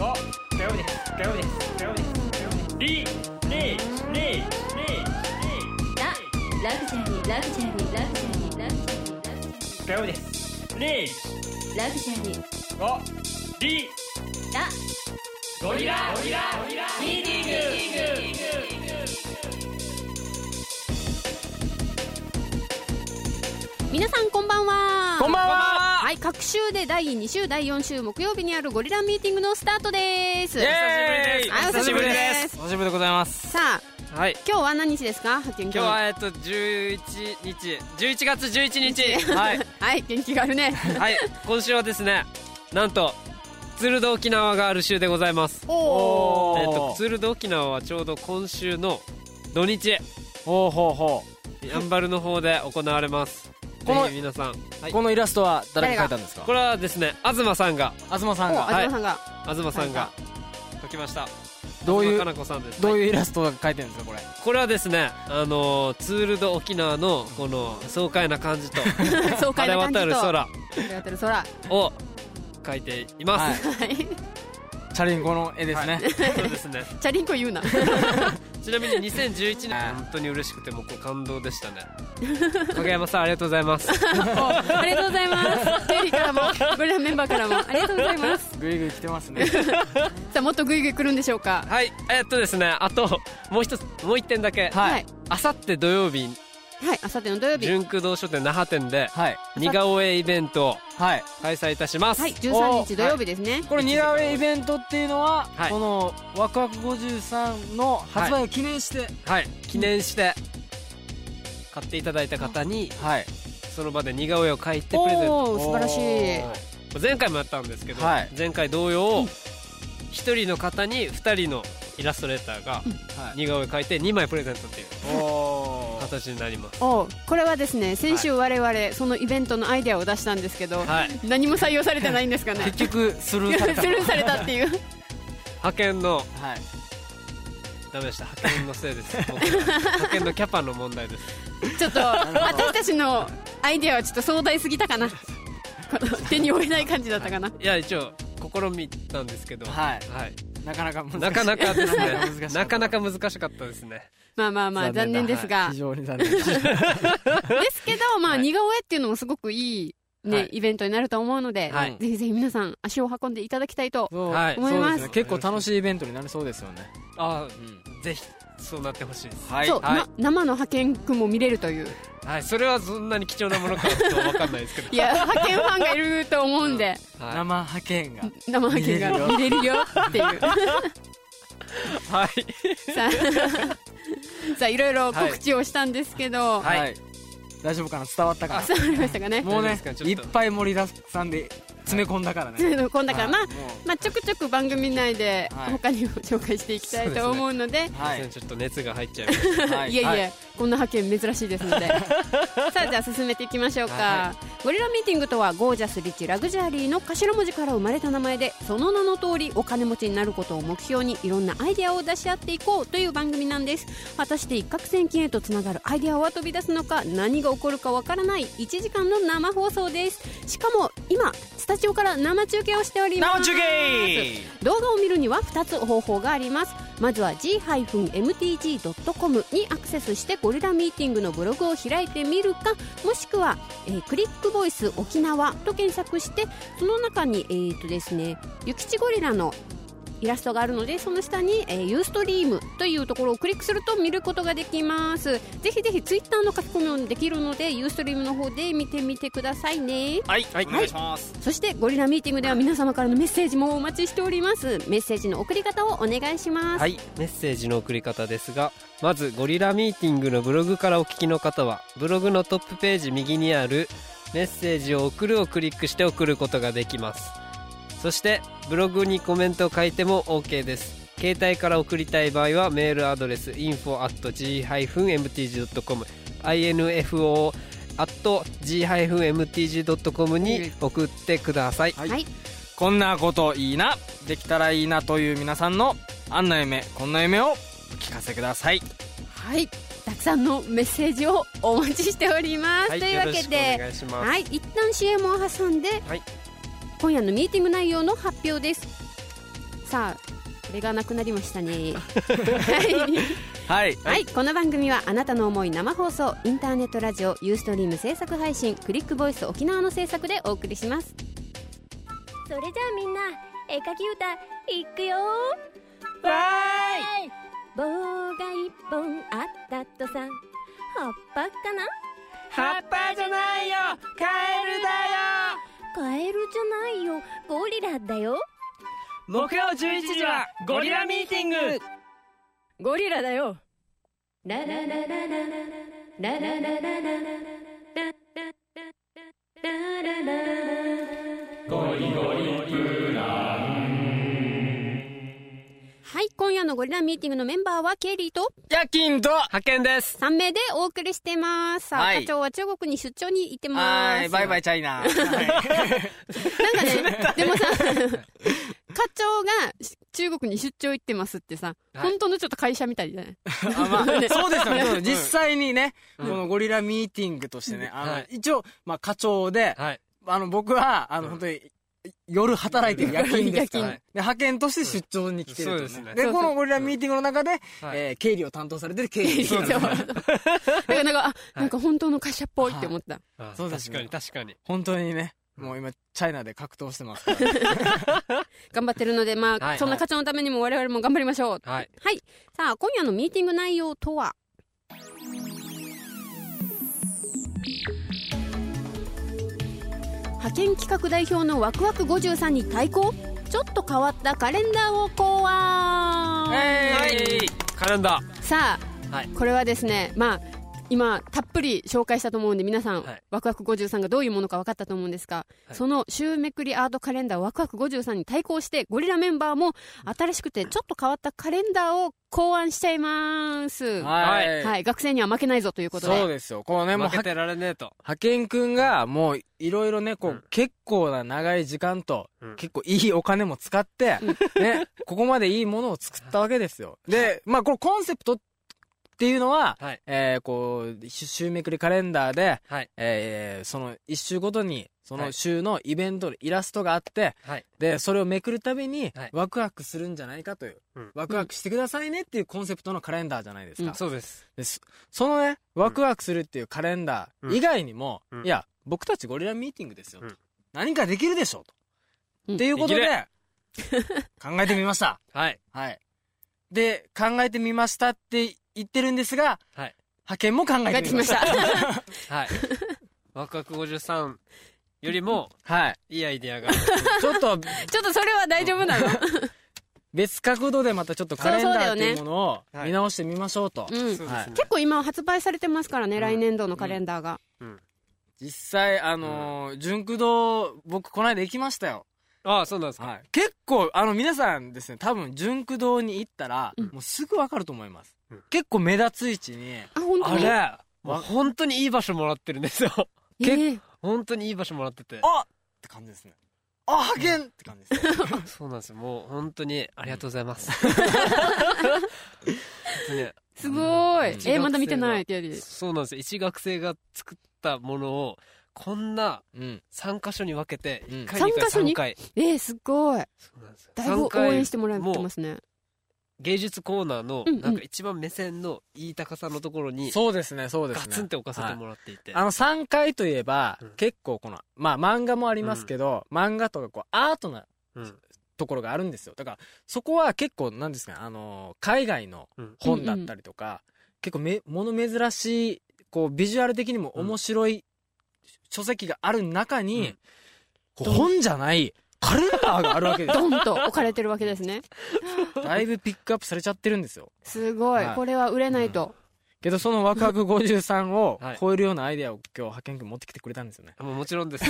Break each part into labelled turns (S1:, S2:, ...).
S1: お火曜日です火曜日です火曜日ですリリリリ
S2: ララグジュアリーラグジュアリーラグジュアリーラグ
S1: 火曜日
S2: ジュアリー
S1: ですリ
S2: ラグジュアリー
S1: おリゴ
S2: ラ
S1: リラゴリラミーティング
S3: 皆さんこんばんは
S4: こんばんは
S3: はい各週で第2週第4週木曜日にあるゴリラミーティングのスタートです
S4: イエーイ
S3: はいお久しぶりです
S4: お久しぶりでございます
S3: さあ
S4: はい
S3: 今日は何日ですか発見
S4: 今日はえっと11日11月11日はい
S3: はい 元気があるね
S4: はい今週はですねなんと鶴と沖縄がある週でございます
S3: お
S4: えっと鶴と沖縄はちょうど今週の土日
S5: ほうほうほ
S4: やんばるの方で行われます
S5: この
S4: ぜひ皆さん、は
S5: う
S4: い、
S5: このイラストは誰が描いたんですか
S4: これはですね東さんが
S5: 東さん
S3: お
S5: が
S3: 東さんが、
S4: 東さんが書きました
S5: どうい
S4: 東か
S5: う
S4: な子さんです
S5: どう
S4: はい
S5: いうイラストが描いてるんですかこれ
S4: これはですねあのーツール・ド・沖縄のこの爽快な感じと
S3: 爽
S4: 晴
S3: 快
S4: れ
S3: な感じ
S4: 渡
S3: と
S4: る空
S3: 晴れ渡る空
S4: を書いてい
S5: は
S4: ます、
S5: いチャリンコの絵ですね
S4: そうですね
S3: チャリンコ言う な
S4: ちなみに2011年本当に嬉しくてもうこう感動でしたね影山さんありがとうござい ます
S3: ありがとうございますテリーからもゴリラメンバーからもありがとうございます
S5: グイグイ来てますね
S3: さあもっとグイグイ来るんでしょうか
S4: はいえっとですねあともう一つもう一点だけ
S5: はい
S4: あさって土曜日
S3: はいあさっての土曜日
S4: 純駆動書店那覇店で
S5: はい
S4: 似顔絵イベントを
S5: はい
S4: 開催いたします、
S3: はい13日土曜日ですね
S5: これ似顔絵イベントっていうのは、
S4: はい
S5: このワクワク53の発売を記念して
S4: はい、記念して買っていただいた方に
S5: はい
S4: その場で似顔絵を描いてプレゼント
S3: おおー素晴らしい
S4: 前回もやったんですけど、
S5: はい
S4: 前回同様1人の方に2人のイラストレーターが
S5: はい
S4: 似顔絵描いて2枚プレゼントっていう
S5: おー
S4: 形になります
S3: おうこれはですね先週我々そのイベントのアイデアを出したんですけど、
S4: はい
S3: 何も採用されてないんですかね
S5: 結局スル
S3: ス
S5: ーされた
S3: ルーされたっていう
S4: 派遣の
S5: はい
S4: ダメでした派遣のせいです 僕派遣のキャパの問題です
S3: ちょっと私たちのアイデアはちょっと壮大すぎたかなこの手に負えない感じだったかな、
S4: いや一応試みたんですけど
S5: はいなかなか難しい
S4: なかなかですね
S5: 難しかった
S4: なかなか難しかったですね
S3: まあまあまあ残念
S5: だ
S3: ですが、
S5: はい 非常に残念です
S3: ですけどまあ
S4: はい
S3: 似顔絵っていうのもすごくいいね、
S4: はい
S3: イベントになると思うので、
S4: はい
S3: ぜひぜひ皆さん足を運んでいただきたいと
S5: そう
S4: はい
S3: 思います
S5: そうですね結構楽しいイベントになりそうですよね
S4: ああぜひそうなってほしいです
S5: は
S3: そう、
S4: はい
S3: な生の派遣くんも見れるという
S4: はいそれはそんなに貴重なものかちょっと分かんないですけ ど
S3: いや派遣ファンがいると思うんで、
S4: はい
S5: 生派遣が
S3: 生派遣が見れるよっていう
S4: はい
S3: さあ さあいろいろ告知をしたんですけど、
S4: はい
S5: はい大丈夫かな伝わったか
S3: 伝わりましたかね
S5: なもう
S4: 大丈夫
S5: ね
S4: ですかちょっ
S5: い
S4: と
S5: っぱい盛りだくさんで詰め込んだからね
S3: 今度からまあ
S5: はいも
S3: まあ、ちょくちょく番組内で
S5: はい
S3: 他にも紹介していきたいと思うので,、、
S5: うはい
S4: ちょっと熱が入っちゃいました
S5: はい
S3: えいえ、
S5: はい
S3: こんな派遣珍しいです のでさあじゃあ進めていきましょうか、
S5: は
S3: ゴリラミーティングとはゴージャスリッチラグジュアリーの頭文字から生まれた名前でその名の通りお金持ちになることを目標にいろんなアイデアを出し合っていこうという番組なんです果たして一攫千金へとつながるアイデアは飛び出すのか何が起こるかわからない1時間の生放送ですしかも今スタジオから生中継をしております
S5: 生中継
S3: 動画を見るには2つ方法がありますまずは g-mtg.com にアクセスしてゴリラミーティングのブログを開いてみるかもしくは、えークリックボイス沖縄と検索してその中にえー、とですね諭吉ゴリラのイラストがあるのでその下に、えー、ユーストリームというところをクリックすると見ることができますぜひぜひツイッターの書き込みもできるのでユーストリームの方で見てみてくださいね
S5: はい
S3: お願いし
S5: ます
S3: そしてゴリラミーティングでは皆様からのメッセージもお待ちしておりますメッセージの送り方をお願いします、
S4: はい、メッセージの送り方ですが、まずゴリラミーティングのブログからお聞きの方は、ブログのトップページ右にあるメッセージを送るをクリックして送ることができます。そして、ブログにコメントを書いても OK です。携帯から送りたい場合はメールアドレス info.g-mtg.com info g-mtg.com に送ってください。
S3: はい
S5: こんなこといいなできたらいいなという皆さんのあんな夢こんな夢をお聞かせください
S3: はいたくさんのメッセージをお待ちしております、というわけ
S4: よろしくお
S3: で
S4: 願いします。
S3: はい一旦 CM を挟んで、
S4: はい
S3: 今夜のミーティング内容の発表ですさあこれがなくなりまし たねはい
S5: はい
S3: はい、この番組はあなたの思い生放送インターネットラジオユーストリーム制作配信クリックボイス沖縄の制作でお送りします
S2: それじゃあみんな絵描き歌いくよ
S5: は
S2: 棒が一本あったとさ葉っぱかな
S5: 葉っぱじゃないよカエルだ
S2: カエルじゃないよゴリラだよ
S5: よ木曜11時はゴリラミーティング
S2: ゴリラだよ
S3: ララララララララララララはい今夜のゴリラミーティングのメンバーはケイリーと
S5: 夜勤と
S4: 派遣です
S3: 3名でお送りしてますさあ、
S5: はい
S3: 課長は中国に出張に行ってます
S5: はいバイバイチャイナ
S3: なんかね、でもさ、課長が中国に出張行ってますってさ、
S4: はい
S3: 本当のちょっと会社みたいじゃない
S5: あまあ、そうですよねそう。実際にね、
S4: うん
S5: このゴリラミーティングとしてね、あの、
S4: はい
S5: 一応、まあ、課長で、
S4: はい
S5: あの、僕は、あの、本当に、夜働いてる夜勤ですから、
S4: 夜勤
S5: で派遣として出張に来てると、
S4: うんそうですね
S5: で、
S3: そうそ
S5: こ
S3: う
S5: のゴリラミーティングの中で、
S4: はい
S5: えー経理を担当されてる経理
S3: そう
S5: ですね。
S3: だからなんか、あ、なんか本当の会社っぽいって思った。
S4: あ
S5: そうですね
S4: 確かに確かに
S5: 本当にね、もう今、チャイナで格闘してますから、ね。
S3: 頑張ってるので、まあ、
S4: はい
S3: そんな課長のためにも我々も頑張りましょう。
S4: はい
S3: はい。さあ、今夜のミーティング内容とは派遣企画代表のワクワク53に対抗ちょっと変わったカレンダーを考案
S5: はい
S4: カレンダ
S3: さあ、
S4: はい
S3: これはですねまあ今たっぷり紹介したと思うんで皆さん、
S4: はい
S3: ワクワク53がどういうものか分かったと思うんですが、
S4: はい
S3: その週めくりアートカレンダーワクワク53に対抗してゴリラメンバーも新しくてちょっと変わったカレンダーを考案しちゃいますは
S5: はい
S3: い、学生には負けないぞということで
S5: そうですよ。このね、
S4: ー
S5: もう、
S4: 負け
S5: 派
S4: てられねえと
S5: 遣くんが、もう、いろいろね、こう、
S4: うん
S5: 結構な長い時間と、
S4: うん
S5: 結構いいお金も使って、ね、ここまでいいものを作ったわけですよ。で、まあ、これコンセプトっていうのは、
S4: はい
S5: えーこう、し週めくりカレンダーで、
S4: はい
S5: えーその一週ごとに、そ
S4: は
S5: の
S4: い
S5: 週のイベントのイラストがあって、
S4: はい
S5: で、それをめくるたびに
S4: はい、
S5: ワクワクするんじゃないかという、
S4: うん
S5: ワクワクしてくださいねっていうコンセプトのカレンダーじゃないですか。
S4: そうです
S5: ですそのね、ワクワクするっていうカレンダー以外にも、
S4: うん
S5: いや、僕たちゴリラミーティングですよ、と
S4: うん
S5: 何かできるでしょうと。
S3: うん
S5: っていうこと
S4: でき
S5: で、 考えてみました。
S4: はい
S5: はい。で、考えてみましたって言ってるんですが、
S4: はい
S5: 派遣も考
S3: や
S5: え
S3: っ
S5: み
S3: ててきま
S5: まし。
S3: した た
S4: はい ワクワク53よりも
S5: はい。
S4: いいアイデアが
S5: ちょっと
S3: ちょっとそれは大丈夫なの
S5: 別角度でまたちょっとカレン
S3: そうそう
S5: ダ
S3: だ
S5: ー
S3: よ
S5: って
S3: ね
S5: いうものを見直してみましょうと。
S3: うん
S4: そうですね
S5: はい
S3: 結構今発売されてますからね、
S4: うん
S3: 来年度のカレンダーが、
S5: 実際、あのー、純駆堂、僕この間行きましたよ。
S4: ああそうなんですか
S5: はい。結構、あの皆さんですね、多分純駆堂に行ったら、もうすぐわかると思います
S4: うん。
S5: 結構目立つ位置に、
S3: あ本当
S4: あ
S3: に
S4: れもう本当にいい場所もらってるんですよ
S3: ええ
S4: 本当にいい場所もらってて
S5: あって感じですね。あ、派遣って感じですね。
S4: そうなんですよもう本当にありがとうございます本当に
S3: すごーい
S5: うん、
S3: えまだ見てないってやり
S4: そうなんですよ一学生が作ったものをこんな
S5: うん。
S4: 3箇所に分けて
S5: うん
S4: 1回2回
S3: 三箇所に
S4: 3回
S3: えー、すごい
S4: そうなんですよ
S3: だいぶ
S4: 三
S3: 応
S4: 回
S3: 援してもらってますね
S4: 芸術コーナーの
S3: うんうん
S4: なんか一番目線のいい高さのところに
S5: そうですね、そうで
S4: ガ
S5: すね。
S4: ツンって置かせてもらっていて、
S5: あの3階といえば、
S4: うん
S5: 結構この、まあ漫画もありますけど、漫画とかこうアートな
S4: うん
S5: ところがあるんですよ。だから、そこは結構、なんですかね、あのー海外の
S4: うん
S5: 本だったりとか、結構め、もの珍しい、こう、ビジュアル的にも面白い書籍がある中に、
S4: うん
S5: こう本じゃない、カレンダーがあるわ けです
S3: ド
S5: よ。
S3: ンと置かれてるわけですね
S5: だいぶピックアップされちゃってるんですよ。
S3: すごい、
S5: はい
S3: これは売れないと、
S5: けど、そのワクワク53を
S4: はい
S5: 超えるようなアイデアを今日、派遣君持ってきてくれたんですよね。
S4: もうもちろん です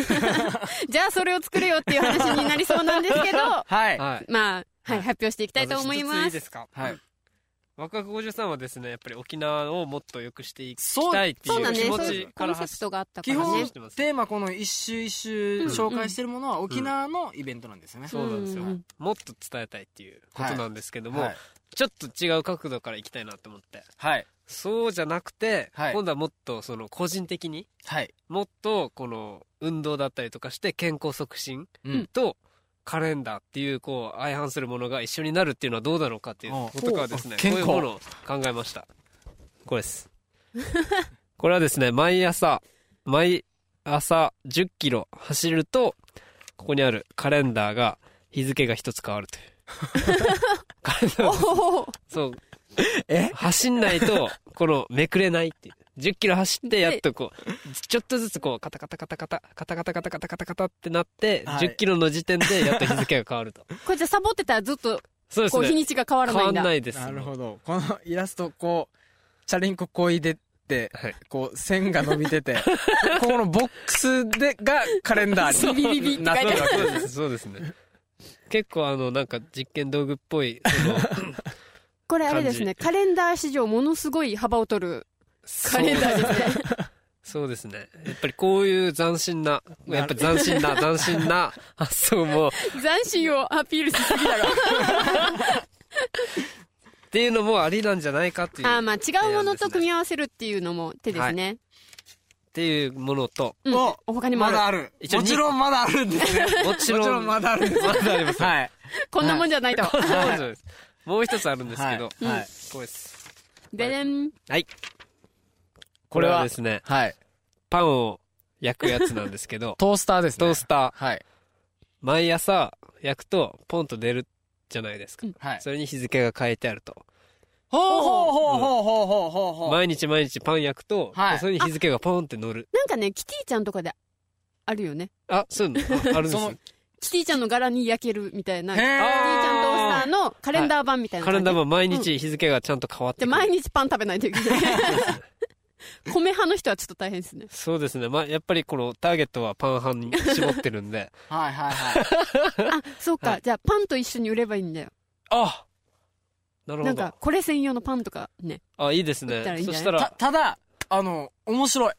S3: じゃあそれを作るよっていう話になりそうなんですけど
S5: はい。
S4: はい
S3: まあはい発表していきたいと思い
S4: あの
S3: ま
S4: 一ついい
S3: す
S4: ですか
S5: はい。
S4: ワクワク53はですねやっぱり沖縄をもっと良くしていき
S5: そう
S4: たいって
S3: そう
S4: い
S3: だ
S4: う
S3: ね
S4: 気持
S3: そうい
S4: ち
S3: う
S4: か
S3: コン
S4: ら
S3: セ
S4: 発
S3: プトがあったか
S5: 基
S3: ら
S5: 本
S3: ね
S5: テーマこの一周一周紹介してるものは沖縄のイベントなんですよね。
S4: そうなんですよ、
S3: うんうん
S4: もっと伝えたいっていうことなんですけども、
S5: はい
S4: ちょっと違う角度からいきたいなと思って
S5: はい
S4: そうじゃなくて、
S5: はい
S4: 今度はもっとその個人的に
S5: はい。
S4: もっとこの運動だったりとかして健康促進
S5: うん
S4: とカレンダーっていう、こう、相反するものが一緒になるっていうのはどうなのかっていうことからですね、
S5: あ
S4: こう
S5: 健
S4: いう
S5: 康
S4: ものを考えました。これです。これはですね、毎朝、毎朝10キロ走ると、ここにあるカレンダーが、日付が一つ変わる という。カレンダーが
S3: おお
S4: そう。
S5: え
S4: 走んないと、この、めくれないっていう。10キロ走って、やっとこう、ちょっとずつこう、カタカタカタカタ、カタカタカタカタカタカタってなって、
S5: はい
S4: 10キロの時点で、やっと日付が変わると。
S3: これじゃサボってたらずっと
S4: そうです
S3: こう日
S4: ね。
S3: にちが変わら
S4: 変
S3: ない
S4: わん
S3: んだ
S4: ないです。
S5: なるほどこのイラストこうチャリンコこいでって
S4: はい。
S5: こう線が伸びててここのボックスでがカレンダーに
S3: ビビビって書い
S5: なって
S3: て
S5: る
S3: あ
S5: わ
S4: そうで
S5: け
S3: る
S4: す、そうですね。結構あの、なんか実験道具っぽい、その、
S3: これあれですねカレンダー史上ものすごい幅を取る カレンダーですね
S4: そうですね。やっぱりこういう斬新な、やっぱ
S5: な
S4: 斬
S5: る
S4: 新 な、斬新な発想も、
S3: 斬新をアピールしすぎだろ
S4: っていうのもありなんじゃないかっていう、
S3: あー
S4: っ
S3: まあ違うものと組み合わせるっていうのも手ですね、
S4: ていうものと、
S3: うん
S5: お
S3: 他にもあ
S5: ま
S3: る
S5: だある
S4: 一応
S5: も
S4: に
S5: ちろんまだあるんですね
S4: も
S5: も
S4: ち
S5: ち
S4: ろん、
S5: ろんまだあるんです
S4: まだあります
S5: はい
S3: こんなもんじゃないと、
S4: そうですもう一つあるんですけど、
S5: はいはい
S4: これです。
S3: ででん
S4: これはですね、
S5: はい、
S4: パンを焼くやつなんですけど
S5: トースターですね
S4: トースター、
S5: はい
S4: 毎朝焼くとポンと出るじゃないですか。
S5: はい
S4: それに日付が変えてあると。
S5: ほうほうほうほうほうほうほうほう
S4: 毎日毎日パン焼くと、
S5: はい
S4: それに日付がポンって乗る。
S3: なんかねキティちゃんとかであるよね
S4: あ、そういうのああるんです
S5: そ
S4: よ
S5: の。
S3: キティちゃんの柄に焼けるみたいな
S5: へ
S3: キティち
S5: ー
S3: ゃんトースターのカレンダー版みたいな
S4: カレ
S3: 感じ、
S4: ンダーも毎日日付がちゃんと変わってく
S3: で
S4: る
S3: 毎日パン食べないといけ ない米派の人はちょっと大変ですね
S4: そうですね。まあ、やっぱりこのターゲットはパン派に絞ってるんで。
S5: はいはいはい
S3: あそうか、
S4: はい
S3: じゃあパンと一緒に売ればいいんだよ
S4: あなる
S3: な
S4: ほ
S3: んか
S4: ど。
S3: これ専用のパンとかね
S4: あ、いいです
S3: 打ったらいい
S4: ね。
S3: んじ
S4: そ
S3: ゃない
S4: した
S5: た
S4: ら、
S5: ただあの面白い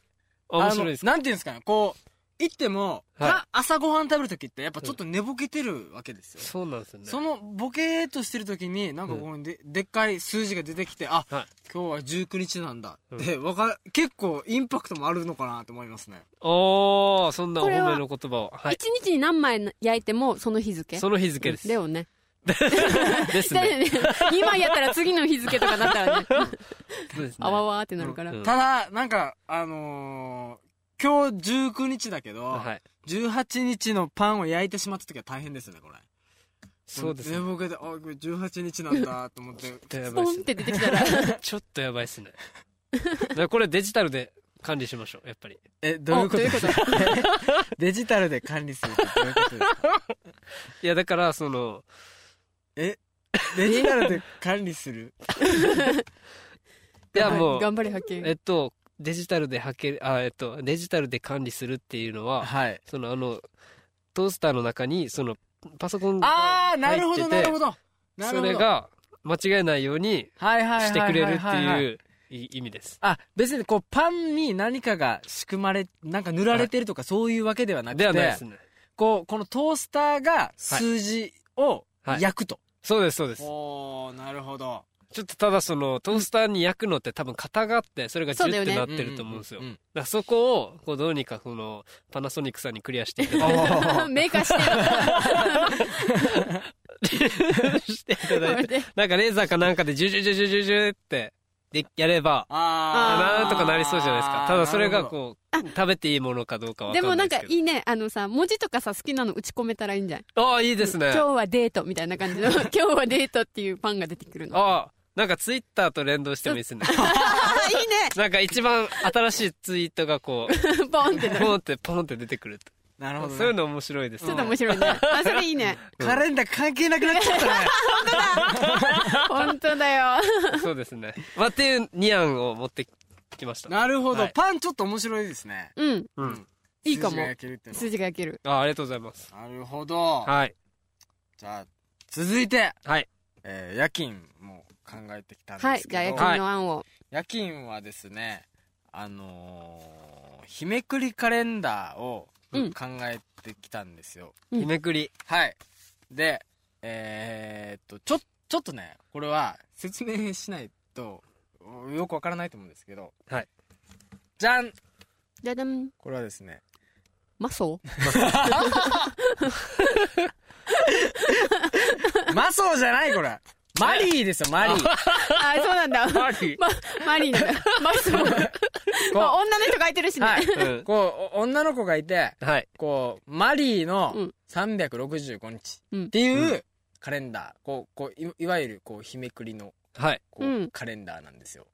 S4: あ面白いです
S5: あのなんていうんですかねこう行っても、
S4: はい
S5: あ朝ごはん食べる時ってやっぱちょっと寝ぼけてるわけですよ、
S4: そうなんですよね。
S5: そのボケーっとしてる時になんかここにで,、でっかい数字が出てきてあ、
S4: はい
S5: 今日は19日なんだって、わか結構インパクトもあるのかなと思いますね
S4: おー、そんなお
S3: これは
S4: 褒めの言葉を。は
S3: 一、
S4: い。
S3: 日に何枚焼いてもその日付
S4: その日付です。
S3: だよね
S4: です
S3: だ
S4: ね。
S3: よね2枚やったら次の日付とかなったらね
S4: そうですね
S3: あわわーってなるから、
S4: うん
S5: ただなんかあのー今日19日だけど、
S4: はい。
S5: 18日のパンを焼いてしまった時は大変ですねこれ
S4: そうです
S5: 寝
S4: ね。
S5: ぼけてあこれ18日なんだと思って
S4: ちょっとやば
S3: ポ
S4: いっ
S3: ン
S4: すね
S3: って出てきたら。
S4: ちょっとやばいっすね。 だからこれデジタルで管理しましょう、やっぱり。
S5: え、どういうこと
S3: おどうい うこと
S5: デジタルで管理するってどういうことですか
S4: いや、だから、その、
S5: デジタルで管理する
S4: いや、もう、
S3: 頑張れ発見
S4: えっと、デジタルではける、あ、えっと、デジタルで管理するっていうのは、
S5: はい。
S4: そのあの、トースターの中に、その、パソコンが
S5: あー、なるほ
S4: 入っ
S5: ど、
S4: てて
S5: なるほど。なる
S4: そ
S5: ほど
S4: れ、が間違えないように
S5: はいはいはいはいはい
S4: してくれるって
S5: はい
S4: いうい意味です。
S5: あ、別にこう、パンに何かが仕組まれ、なんか塗られてるとかそういうわけではなくて、
S4: ではないですね。
S5: こう、このトースターが数字を
S4: はい
S5: 焼くと。
S4: そうです、そうです。
S5: おー、なるほど。
S4: ちょっとただその、トースターに焼くのって多分型があって、それがジ
S3: そうだ
S4: ュ
S3: よ
S4: って
S3: ね
S4: なってると思うんですよ。
S5: う
S4: だ
S5: ん
S4: か
S5: うんうん
S4: らそこを、こうどうにかこの、パナソニックさんにクリアしてい ただい
S3: メーカー し
S4: てし
S3: て
S4: ていただいて、なんかレーザーかなんかでジュジュジュジュジュジュって、で、やれば、
S5: あー。
S4: なんとかなりそうじゃないですか。ただそれがこう
S3: なる、
S4: 食べていいものかどうかわか
S3: でも
S4: んな
S3: ないん
S4: です
S3: か
S4: けど。
S3: いいねあのさ文字とかさ好きなの打ち込めたらいいんじゃない
S4: ああ、いいですね。
S3: 今日はデートみたいな感 じの今日はデートっていうパンが出てくるの
S4: ああ、なんかツイッターと連動してもいいですね。
S3: あいいね
S4: なんか一番新しいツイートがこう、
S3: ポン ってなる
S4: ポンってポンって出てくると。
S5: なるほどね。
S4: そういうの面白いです
S3: ちょ
S4: ね
S3: っと。面白いねあそれいいね
S5: カレンダー関係なくなっちゃったね。
S3: 本当だよ
S4: そうですね。まあ、っていうニャンを持ってきました。あ
S5: なるほど、
S4: はい
S5: パンちょっと面白いですね。
S3: うん
S4: うん
S3: いいかも
S5: 筋が焼けるっていう
S3: 数字が焼ける
S4: あありがとうございます。
S5: のなるほど。
S4: はい。
S5: じゃあ、続いて、
S4: はい。
S5: えー夜勤も考えてきたん
S3: は
S5: で
S3: い
S5: すけ
S3: じ
S5: ど、
S3: ゃあ夜
S4: はい
S3: 勤の案を
S5: 夜勤はですね、あのー日めくりカレンダーを考
S3: うん
S5: えてきたんですよ。
S3: うん
S4: 日めくり。
S5: はい。で、えーっと、ちょ、ちょっとね、これは説明しないと、およくわからないと思うんですけど、
S4: はい。
S5: じゃん
S3: じゃじゃん
S5: これはですね、
S3: マソ
S5: じゃないこれマリーですよマリー
S3: あ、そうなんだ。
S1: マリー
S3: ま、マリーなんだ。マスも。まあ、女の人書いてるしね。
S5: はい
S4: うん
S5: こうお女の子がいて
S4: はい。
S5: こうマリー
S3: う
S5: の
S3: ん
S5: 365日
S3: うん
S5: っていううカレンダーこうこういいわゆるこう日めくりの
S4: はい。
S5: こう
S3: うん
S5: カレンダーなんですよ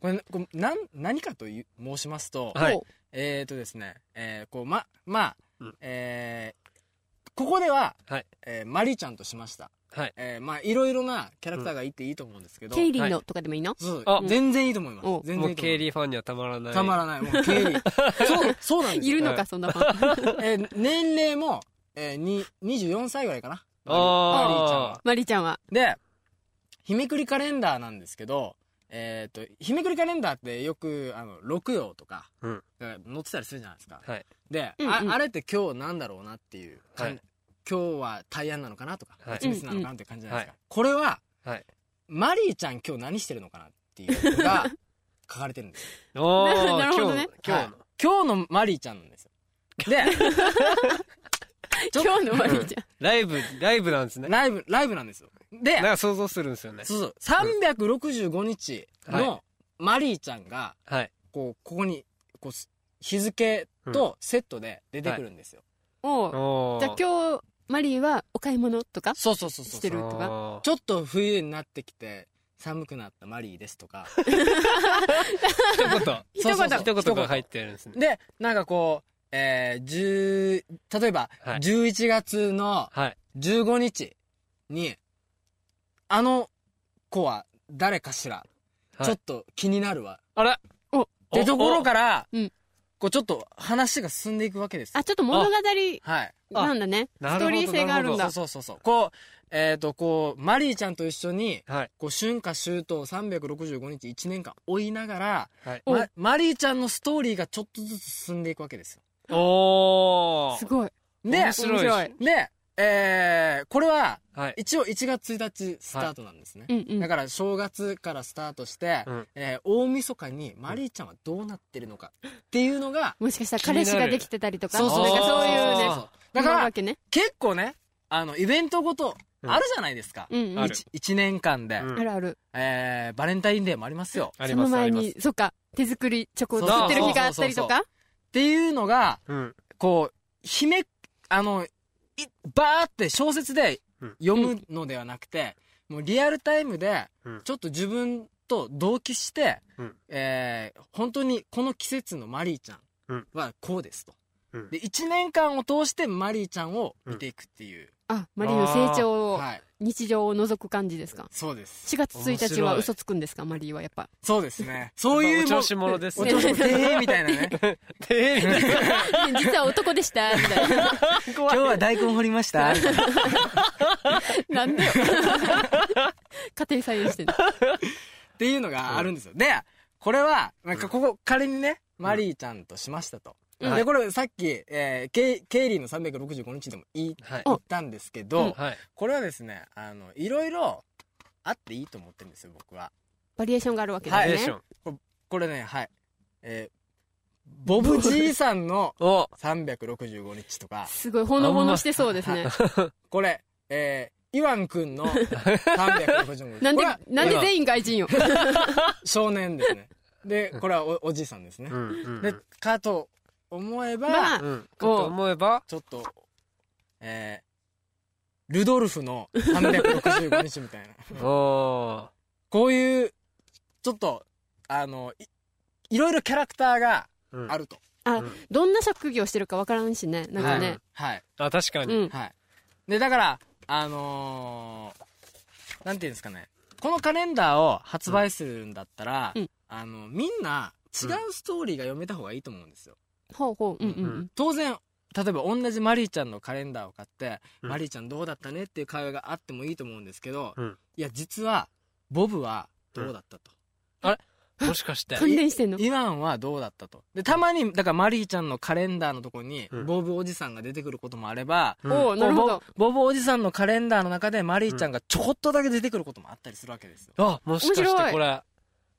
S5: これこうなん何かという申しますと
S4: はい
S3: ほ
S5: えっ、ー、とですね、えー、こう、ま、まあ、
S4: うん
S5: えーここでは、
S4: はい
S5: えーマリちゃんとしました。
S4: はい。
S5: えー、まあ、いろいろなキャラクターがいていいと思うんですけ
S3: う
S5: ど、
S3: ケイリーのとかでもいいの
S5: そう
S4: あ
S5: 全然いいと思います
S3: お。
S5: 全
S4: も
S5: 然いういと思
S4: 経
S5: い
S4: 理ファンにはたまらな
S5: ま
S4: い。
S5: す。たまらない。もう、 経理。そう、そうなんです
S3: い
S5: よ。
S3: るの
S4: は
S3: か、
S4: い
S3: そんなファン。
S5: えー年齢も、えー、に、24歳ぐらいかな。
S4: あー
S5: マリちゃんは。
S3: マリーちゃんは。
S5: で、日めくりカレンダーなんですけど、えっ、と、日めくりカレンダーってよく、あの、六曜とか、
S4: うん
S5: が載ってたりするじゃないですか。
S4: はい。
S5: で、
S3: うんうん
S5: ああれって今日なんだろうなっていう、
S4: はい
S5: 今日は大安なのかなとか
S4: はい
S5: 別々なのかなっていう感じじゃないですか、
S4: は
S5: これは、
S4: はい
S5: マリーちゃん今日何してるのかなっていうのが書かれてるんですよ
S4: おー、
S3: なるほどね
S4: 今
S5: は
S4: 日、
S5: い今日のマリーちゃんなんですよでちょっと
S3: 今日のマリーちゃん。
S4: ライブ、ライブなんですね。
S5: ライブライブなんですよで
S4: なんか想像するんですよね。
S5: そうそう365日
S4: は
S5: のマリーちゃんが
S4: はい。
S5: こうここにこうす日付とセットで出てくるんですよ、
S3: おう
S4: おー。
S3: じゃあ今日、マリーはお買い物とか
S5: そうそうそうそう
S3: してるとか。
S4: あー
S5: ちょっと冬になってきて寒くなったマリーですとか
S4: 一言。
S5: そうそうそう
S3: 一言。
S4: 一言が入ってるんですね。
S5: でなんかこうえー、十例えば、
S4: はい
S5: 11月の
S4: はい。
S5: 15日にあの子は誰かしら、
S4: はい
S5: ちょっと気になるわ
S4: あら
S3: お
S5: ってところ
S4: が
S5: から、
S3: うん
S5: こうちょっと話が進んでいくわけですよ
S3: あ、ちょっと物語
S5: はい
S3: なんだね。
S4: なるほ
S3: ストー
S4: ど
S3: リー性があるん
S5: そう
S3: だ。
S5: そうそうそうこうえっ、とこうマリーちゃんと一緒に
S4: はい。
S5: こう春夏秋冬365日1年間追いながら、
S4: はい。
S3: お
S5: ま、マリーちゃんのストーリーがちょっとずつ進んでいくわけですよ。
S4: おー。
S3: すごい。
S5: で
S4: 面、白いし
S3: 面白い
S5: で、えー、これは、
S4: はい。
S5: 一応1月1日スタートなんですね。
S3: うんうん。
S5: だから正月からスタートして、
S4: うん
S5: えー大晦日にマリーちゃんはどうなってるのかっていうのが、
S3: もしかしたら彼氏ができてたりとか、なん
S4: そうそう
S3: かそういうね
S4: そうそうそう、
S5: だ
S3: な
S5: か
S3: る
S5: ら
S3: わけね。
S5: 結構ね、あの、イベントごとあるじゃないですか。
S3: うんうん。
S4: あ
S3: あ
S4: る
S5: 1, 年間で、
S4: うん
S3: るある。
S5: えー、バレンタインデーもありますよ。
S4: あり
S3: そ
S4: ま
S3: の
S4: す、あ
S3: 前
S4: ります
S3: に。、そっか、手作りチョコを作ってる日があったりとか。
S5: っていうのが、
S4: うん。
S5: こう、ひめ、あの、いバーって小説で
S4: うん
S5: 読むのではなくて、もうリアルタイムで
S4: うん、
S5: ちょっと自分と同期して、
S4: うん
S5: えー本当にこの季節のマリーちゃ
S4: うん
S5: んはこうですと。
S4: うん
S5: で、1年間を通してマリーちゃんを見ていくっていう。
S3: あ、マリーの成長を、
S5: はい。
S3: 日常を覗く感じですか。
S5: そうです。
S3: 4月1日
S4: 面白
S3: はい嘘つくんですか、マリーはやっぱ。
S5: そうです ね。そういう
S4: お
S5: もん
S4: 調子者です
S5: お
S4: ね
S5: 調。子者、えーみたい なね。
S4: えみたいな。
S3: ね実は男でした、みたい な。
S5: 今日は大根掘りました。みたいな
S3: なんでよ。家庭菜園してんの。
S5: っていうのがあるんですよ。で、これは、なんかここ、仮にね、マリーちゃんとしましたと。
S4: うん
S5: で、これさっき、えーケイ、ケイリーの365日でも言い
S4: はい。
S5: 言ったんですけど、
S4: はい。
S5: これはですね、あの、いろいろあっていいと思ってるんですよ、僕は。
S3: バリエーションがあるわけ
S4: バ
S3: だ
S4: リエ
S3: ね。
S4: ーション。
S5: これね、はい。えーボブじいさんの
S4: お
S5: 365日とか、
S3: すごい、ほのぼのしてそうですね。
S5: これ、えーイワンくんの365日。
S3: なん
S5: こ
S3: で
S5: れは、
S3: なんで全員外人よ。
S5: 少年ですね。で、これはおおじいさんですね
S4: う。んうん
S5: で、かと思えば、
S3: まあ
S4: うん。かと思えば、
S5: ちょっと、えー、ルドルフの365日みたい な。
S4: おー。
S5: こういう、ちょっと、あの、いいろいろキャラクターが
S4: うん
S5: あると。
S3: あ
S4: うん、
S3: どんな職業してるかわからんしね。なんかね。
S5: はい。
S4: あ、確か
S3: う
S4: に。
S3: ん。
S5: はい。で、だから、あのーなんていうんですかね。このカレンダーを発売するんだったら、
S3: うん
S5: あの、みんな違うストーリーが読めた方がいいと思うんですよ。
S3: ほうほう。うんうんう
S4: うん
S3: ん。
S5: 当然例えば同じマリーちゃんのカレンダーを買って、
S4: うん
S5: マリーちゃんどうだったねっていう会話があってもいいと思うんですけど、
S4: うん
S5: いや実はボブはどうだったと、
S4: もしかして。
S3: 関連してんの
S5: イワンはどうだったとでたまにだからマリーちゃんのカレンダーのとこに、
S4: うん
S5: ボブおじさんが出てくることもあれば、
S4: うん
S3: おうなるほど
S5: ボ。ボブおじさんのカレンダーの中でマリーちゃんがちょこっとだけ出てくることもあったりするわけですよ、
S4: あ、もしかし
S3: 面白
S4: て
S3: い
S4: これ、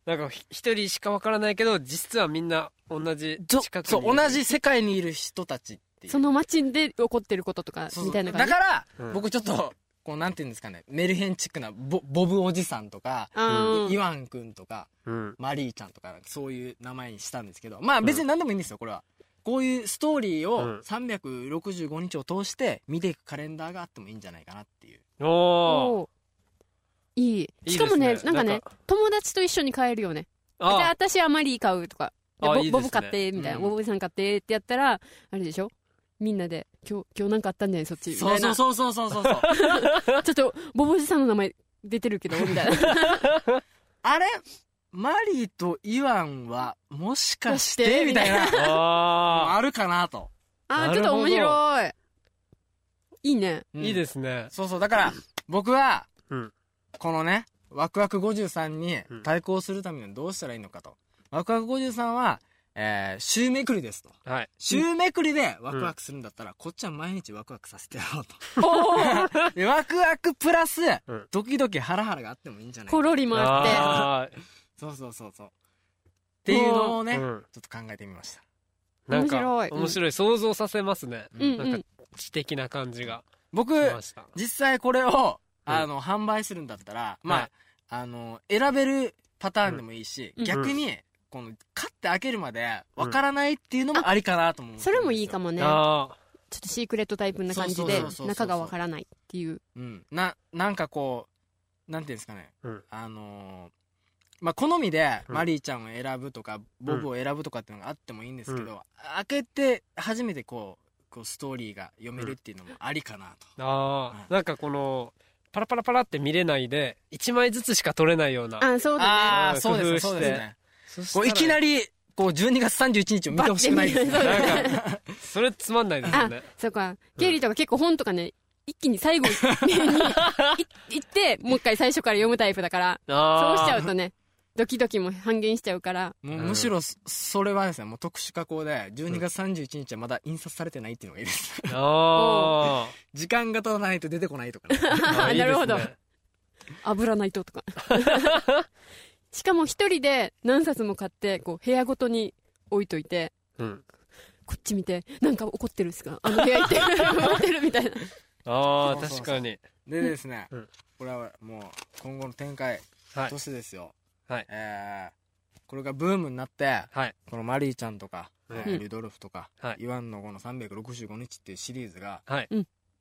S4: なんかひ一人しかわからないけど、実はみんな同じ
S5: ちょ
S4: 近くに
S5: そう同じ世界にいる人たちっていう
S3: その街で起こってることとか
S5: そう、そう
S3: みたいな
S5: だ
S3: 感じ
S5: か。ら、
S4: うん
S5: 僕ちょっとこうなんていうんですかねメルヘンチックなボボブおじさんとか、
S3: あー
S5: イワンくんとか
S4: うん。
S5: マリーちゃんとかなんかそういう名前にしたんですけどまあ別に何でもいいんですよこれは。こういうストーリー
S4: うん
S5: を365日を通して見ていくカレンダーがあってもいいんじゃないかなっていう。
S4: おー。
S3: おーいい
S4: いい
S3: しかもね
S4: です
S3: なんかね、友達と一緒に買えるよねじゃあ
S4: あ
S3: 私はマリー買うとかで
S4: あ
S3: ボ
S4: いいですね
S3: ボブ買ってみたいな、
S5: うん
S3: ボブさん買ってってやったらあれでしょみんなで今日今日なんかあったんじゃないそっちみたい
S5: そ
S3: な
S5: うそうそうそうそうそうそう。
S3: ちょっとボブおじさんの名前出てるけどみたいな
S5: あれマリーとイワンはもしかし
S3: そして
S5: てみたいな。
S4: あ。あ
S5: あるかなと。。
S3: あ
S4: な
S3: ーち
S4: るほ
S3: ょっ
S4: ど
S3: と面白いいいね
S4: あ。いいですすね。
S5: そうそう。だから、僕は
S4: うん、
S5: このね、ワクワク53に
S4: うん
S5: 対抗するためにはどうしたらいいのかと。ワクワク53は、えー、週めくりですと。
S4: はい。
S5: 週めくりでワクワクするんだったら、こっちは毎日ワクワクさせてやろうと。
S3: おー
S5: でワクワクプラス
S4: ん、
S5: ドキドキハラハラがあってもいいんじゃない
S3: コ
S5: か。
S3: ロリもあ
S4: あ
S3: っ
S4: ー
S5: そうそうそうそう。っていうのをね、ち
S4: う
S5: ょ
S4: ん
S5: っと考えてみました。
S4: なんか、
S3: 面白いうん
S4: 面白い。想像させますね。
S3: てうんう
S4: なん
S3: ん
S4: か知的な感じが
S5: 僕、
S4: しました。
S5: 実際これを、あの、販売するんだったら、まあ、
S4: はい
S5: あの、選べるパターンでもいいし、
S3: うん
S5: 逆に、この、買って開けるまで、わからないっていうのもありかなと思う、
S3: それもいいか。もねちょ
S4: あ
S3: っとシークレットタイプな感じ
S5: そうそうそ
S3: で
S5: うそうそう
S3: 中がわからないっていう
S5: うん。な、なんかこう、なんていうんですかね、
S4: うん
S5: あのーまあ、好みで、
S4: うん
S5: マリーちゃんを選ぶとか、ボブを選ぶとかっていうのがあってもいいんですけど、開けて、初めてこう、こうストーリーが読めるっていうのもありかなと。
S4: あ。ああ。なんかこの、パラパラパラって見れないで、一枚ずつしか撮れないような。
S3: あそうだね
S5: あ
S4: う
S5: あ、
S4: ん
S5: そうで
S4: 工夫
S5: す、
S4: して
S5: そうですね。
S4: そした
S5: こ
S4: ら
S5: ういきなり、こう、12月31日を見てほしくないですね。
S3: バッて見ない
S4: なんか、それつまんないですよね。
S3: そうか経理とか結構本とかね一気に最後に いいってもう一回最初から読むタイプだから
S4: あ
S3: そう
S4: あ。
S3: しちゃう
S4: う。
S3: とねドキドキも半減しちゃうから
S5: もう
S4: うん
S5: むしろそ、それはですね、もう特殊加工で、12月31日はまだ印刷されてないっていうのがいいです。
S4: あ
S5: 時間が経たないと出てこないと か、ね。
S4: ああ。
S3: なるほど
S4: いいですね
S3: 油ないととかしかも一人で何冊も買ってこう部屋ごとに置いといて
S4: うん。
S3: こっち見てなんか怒ってるっすかあの 部屋行って怒ってるみたいな
S4: ああ、
S5: そうそうそ
S4: 確
S5: う
S4: かに。
S5: でですね、
S4: うん
S5: これはもう、今後の展開
S4: はい
S5: と。してですよ。
S4: はい
S5: えー、これがブームになって、
S4: はい。
S5: このマリーちゃんとか、
S4: うん
S5: えールドルフとか、
S4: はい
S5: イワンのこの365日っていうシリーズが、
S4: はい。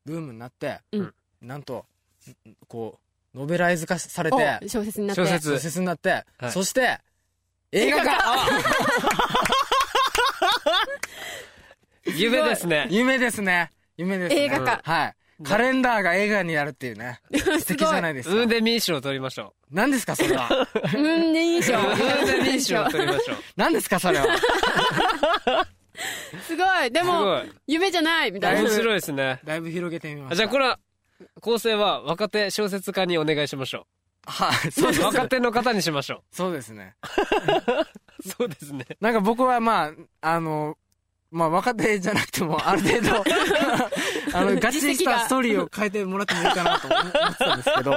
S5: ブームになって、
S3: うん
S5: なんと、んこう、ノベライズ化されて
S3: お、小説になって
S4: 小説
S5: 小説になって、
S4: はい
S5: そして、映画化
S4: 夢ですね。
S5: 夢ですね。夢ですね。
S3: 映画化
S5: はい。カレンダーが映画になるっていうね。素敵じゃないですか
S4: ウー。デミー賞を取りましょ
S5: 何ですか、そ れは。
S3: うんねいいでし
S4: う。ウ
S3: ょ
S4: ーデミー賞を取りましょう。
S5: 何ですか、それは。
S3: すごいです
S4: ご
S3: も
S4: い。
S3: 夢じゃないみたい
S4: 面
S3: な
S4: 白いですね。
S5: だいぶ広げてみまし
S4: あ
S5: た。
S4: じゃあこ
S5: れ。
S4: れは、構成は若手小説家にお願いしましょ
S5: はい、そう
S4: う。
S5: です。
S4: 若手の方にしましょ
S5: そうですね。
S4: う。そうですね。
S5: なんか僕はまあ、あの、まあ若手じゃなくても、ある 程度、あの、ガチでし
S3: 実績が
S5: たストーリーを変えてもらってもいいかなと思思ってたんです けど、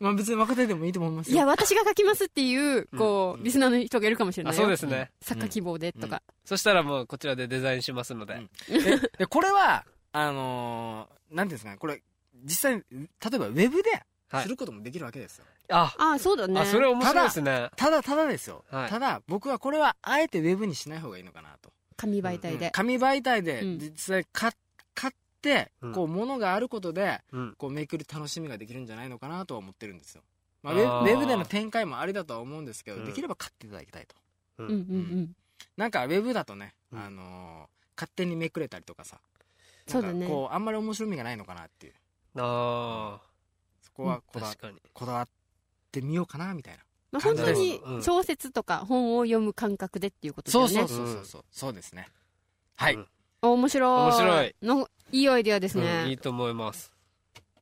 S5: まあ別に若手でもいいと思います
S3: い
S5: よ。
S3: や私が書きますっていうこ
S5: う
S3: うんリスナーの人がいるかもしれな
S4: あ、
S3: い
S4: そう
S3: よ
S4: ですね。
S3: 作家希望でとか
S4: そしたらもうこちらでデザインしますので。
S5: うんでで、これは、あのー、なんていうんですかね、これ、実際、例えばウェブで、
S4: はい
S5: することもできるわけですよ。
S4: あ、
S3: ああそうだね
S4: あ、それ面白いですね。
S5: ただ、ただですよ。
S4: はい
S5: ただ、僕はこれは、あえてウェブにしない方がいいのかなと。
S3: 紙媒体で
S5: 紙媒体で、
S3: うん
S5: 実際買っ、買って
S4: うん、
S5: こう、物があることで、
S4: うん。
S5: こう、めくる楽しみができるんじゃないのかなとは思ってるんですよ。まあ、ウ
S4: あー
S5: ェブウェブでの展開もありだとは思うんですけど、
S4: うん
S5: できれば買っていただきたいと。
S3: うんうん
S5: なんか、ウェブだとね、
S4: うん
S5: あのー勝手にめくれたりとかさ。
S3: そうだね
S5: なんかこう、あんまり面白みがないのかなっていう。
S4: あ
S5: そこは
S4: あ、
S5: こだ
S4: 確かに。
S5: こだわってみようかなみたいな。
S3: まあ本当に
S4: うん
S3: 小説とか本を読む感覚でっていうことだよね
S4: うそう
S5: そう。そうですね。はい。
S4: うん
S3: あ面白い
S4: 面白い
S3: のいいアイディアですね、
S4: うんいいと思います。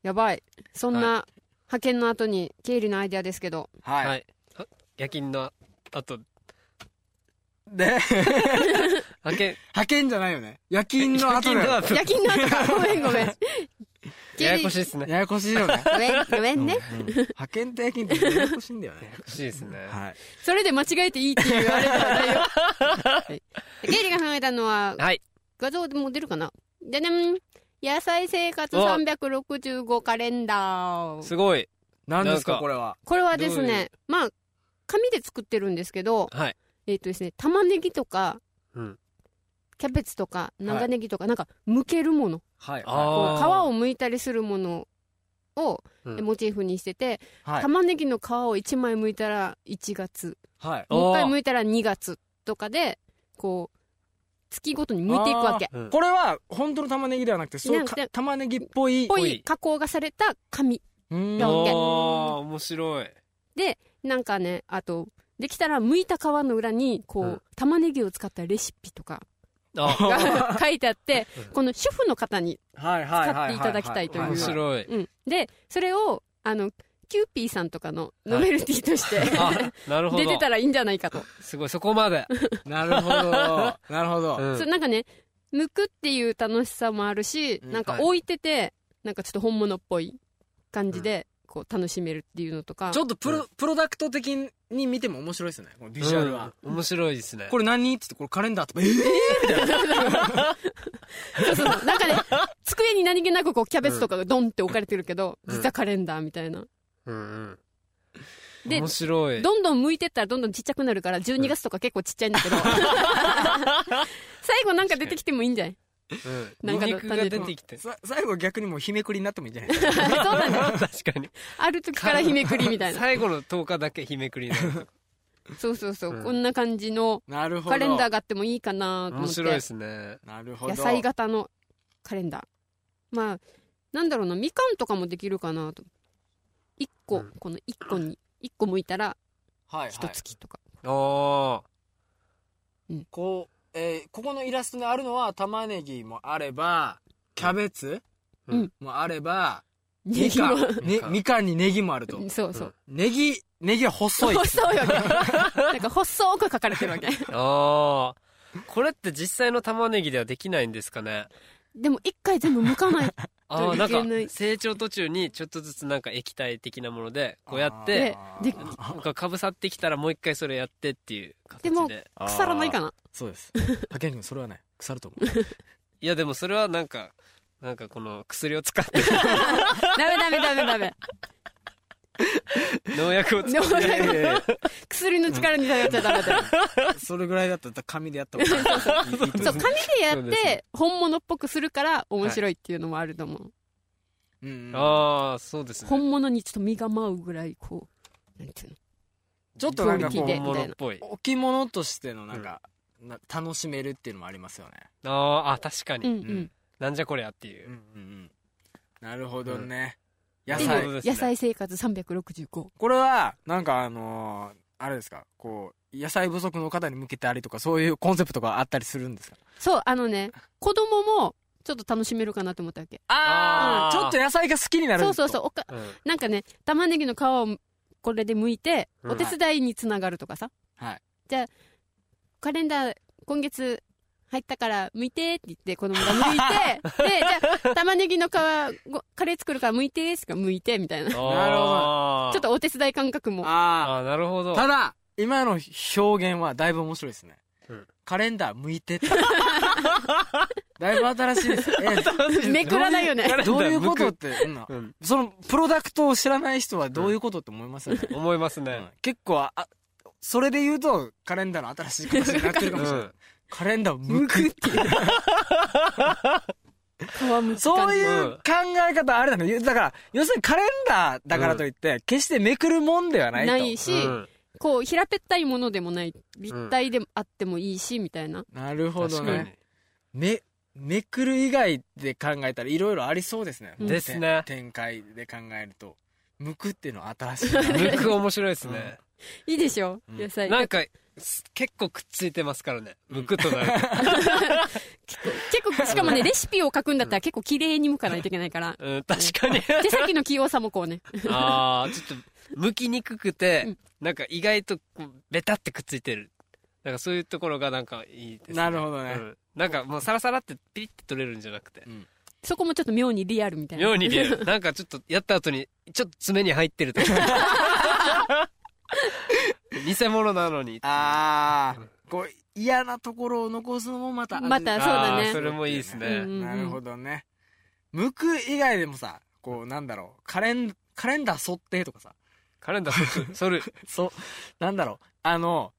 S3: やばいそんな、派遣の後に経理のアイディアですけど
S5: はい。
S4: はい。あ夜勤の後、
S5: で、
S4: 派遣、
S5: 派遣じゃないよね。夜勤の後だよ。
S4: 夜勤の
S3: 夜勤の後かごめんごめん経理
S4: ややこしいですね。
S5: ややこしいよね。
S3: ごめんごめんね、
S5: 派遣と夜勤ってややこしいんだよ
S4: や
S5: ね
S4: や。こしいですね。
S5: はい。
S3: それで間違えていいっていうあれ ではないよ、はい、経理が考えたのは
S4: はい。
S3: 画像でも出るかなでねん野菜生活
S4: わ
S3: 365カレンダー。
S4: すごい。
S5: 何です
S4: な
S5: か
S4: んか
S5: これは
S3: これはです
S4: どうい
S3: ね、まあ、紙で作ってるんですけど、
S4: はい。
S3: えっ、とですね、玉ねぎとか、
S4: うん
S3: キャベツとか、長ネギとか、なんか、剥けるもの。
S5: はい
S4: あー
S3: こう皮を剥いたりするものを
S4: うん
S3: モチーフにしてて、
S5: はい
S3: 玉ねぎの皮を1枚剥いたら1月
S5: はい
S4: おー
S3: もう一回剥いたら2月とかでこう月ごとに剥いていくわけっ
S4: うん
S5: これは本当の玉ねぎではなくてそういうか
S3: いや
S5: 玉ねぎっぽい
S3: ぽ
S4: ぽ
S3: い
S4: い
S3: 加工がされた紙
S5: うーん
S3: が
S4: あ
S3: OK
S4: ー、面白い。
S3: なんかねあとできたら剥いた皮の裏にこう、
S4: うん
S3: 玉ねぎを使ったレシピとか
S4: あ、
S3: が 書いてあって
S4: うん
S3: この主婦の方に、
S5: はいはいはいはは
S3: 使っていただきたいという
S4: 面白い。
S3: うん、でそれをあのキューピーさんとかのノベルティとして、
S4: あ、なるほ
S3: 出て
S4: ど。
S3: たらいいんじゃないかと。
S4: すごい、そこまで。
S5: なるほどなるほど、
S4: うん
S3: そうなんかね剥くっていう楽しさもあるし、
S5: うん
S3: なんか
S4: はい
S3: 置いててなんかちょっと本物っぽい感じで、こう楽しめるっていうのとか
S5: ちょっとプロ,、プロダクト的に見ても面白いですねこのビジュアルは、
S4: うん面白いですね。
S5: これ何って言ってこれカレンダーとかえー
S3: そうそう そうなんかね机に何気なくこうキャベツとかがドンって置かれてるけど、
S4: うん
S3: 実はカレンダーみたいな、
S4: うんうん。
S3: で
S4: 面白い。
S3: どんどん向いてったらどんどんちっちゃくなるから12月とか結構ちっちゃいんだ けど最後なんか出てきてもいいんじ ゃない
S4: うん
S3: なんか
S4: ニンニクが出てきて。
S5: さ最後逆にもう日めくりになってもいいんじゃないですか
S4: 確 かに。
S3: ある時から日めくりみ たいな
S4: 最後の10日だけ日めくりになる。
S3: そうそうそう、
S4: うん
S3: こんな感じの
S5: なるほど
S3: カレンダーがあってもいいかなと思
S4: 面
S3: って
S4: 白いですね。
S5: なるほど
S3: 野菜型のカレンダーまあなんだろうなみかんとかもできるかなと1個、
S4: うん
S3: この1個に1個剥いたら
S5: はい、は
S3: 1
S5: い、
S3: 月とか、
S4: あ
S5: こう、えーここのイラストにあるのは玉ねぎもあればキャベツ
S4: うん
S5: もあれば、
S3: ネ
S5: み
S3: ギ
S5: か
S3: は
S5: ん、
S4: み
S5: ね
S4: かん
S5: みかんにネギもあると
S3: そうそう、
S5: ネギネギは細いです
S3: 細いよね なんか細く書かれてるわけ
S4: あ。ああ。これって実際の玉ねぎではできないんですかね
S3: でも1回全部剥かない
S4: ああ、
S3: で
S4: なん
S3: きない
S4: か成長途中にちょっとずつなんか液体的なものでこうやっ
S3: で
S4: て、
S3: で
S4: なんかかぶさってきたらもう一回それやってっていう形で。
S3: でも腐らないか
S5: な
S3: な
S5: そうです派遣君それはね腐ると思 う
S4: いやでもそれはなんか、なんかこの薬を使って、
S3: ダメダメダメダメ
S4: 農薬を使って。
S5: いやいやいや
S3: 薬の力に頼っちゃダメだよ
S5: それぐらいだったら紙でやった方がいいいいと思
S3: そう紙で
S4: そ
S3: やっ
S4: うですね
S3: て本物っぽくするから面白いっていうのもあると思う、
S5: ううんうん
S4: ああ、そうですね。
S3: 本物にちょっと身構うぐらいこうなんていうの
S5: ちょっとなんか
S3: クオ
S5: こ
S3: リ
S5: う
S3: ティで
S4: 本物っぽい。
S5: 置物としてのなんか、な楽しめるっていうのもありますよね
S4: あーあ、確か
S3: う
S4: に。
S3: んうん
S4: なんじゃこりゃっていう
S5: う。んうんうんなるほどね、
S4: うん
S5: 野
S3: で
S4: なる
S5: 菜
S4: ほどですね
S3: 野菜生活365
S5: これはなんかあのーあれですかこう野菜不足の方に向けてありとかそういうコンセプトがあったりするんですか
S3: そうあのね子供もちょっと楽しめるかなと思ったわけ
S4: あー
S5: うんちょっと野菜が好きになる
S3: そうそうそう
S5: う
S3: おか
S4: うん
S3: なんかね玉ねぎの皮をこれで剥いて
S4: うん
S3: お手伝いにつながるとかさ、
S5: はい
S3: じゃあカレンダー今月入ったから剥いてって言って子供が剥い てでじゃあ玉ねぎの皮ごカレー作るから剥いてですか剥いてみたいなち
S4: なる
S3: ょ
S4: ほ
S3: っとお手伝い感覚も
S5: あ
S4: あーなるほど
S5: あただ今の表現はだいぶ面白いですね、
S4: うん
S5: カレンダー向いてって だいぶ新しいですえ
S3: めくらないよね
S5: どういうことって、うん
S4: うん
S5: そのプロダクトを知らない人はどういうことって思いますよね、
S4: 思います
S5: う
S4: ね
S5: ん結構ああそれで言うとカレンダーの新しい形になってるかもしれない、カレンダー向く
S3: 皮むく
S5: そ
S3: 感
S5: う
S3: じ
S5: いう考え方あれだね。だから、要するにカレンダーだからといって、決してめくるもんではないと。
S3: ないし、
S4: うん
S3: こう平べったいものでもない立体であってもいいし、みたいな
S5: なるほど
S4: 確かに
S5: ね。め、めくる以外で考えたらいろいろありそうですね。
S3: うん
S4: ですね
S5: て展開で考えると。むくっていうのは新しいな。
S4: むく面白いですね
S3: いいでしょ、
S5: うん
S3: 野菜
S4: なんかす結構くっついてますからねむくとなる
S3: 結構しかもねレシピを書くんだったら結構綺麗に向かないといけないから
S4: とうん確かに
S3: 手先の器用さもこうね
S4: ああちょっとむきにくく
S3: う
S4: て
S3: ん
S4: なんか意外とこうベタってくっついてるなんかそういうところがなんかいいですね
S5: なるほど
S4: う
S5: ね。
S4: んなんかもうサラサラってピリって取れるんじゃなくて
S3: そこもちょっと妙にリアルみたいな
S4: 妙に見えるなんかちょっとやった後にちょっと爪に入ってるとか偽物なのに
S5: あー、こう、嫌なところを残すのもまた。
S3: またあそうだね
S4: ーそれもいいですね、
S3: うんうんうん
S5: なるほどね。向く以外でもさこうなんだろうカレンカレンダー沿ってとかさ
S4: カレンダーそる
S5: そうなんだろうあの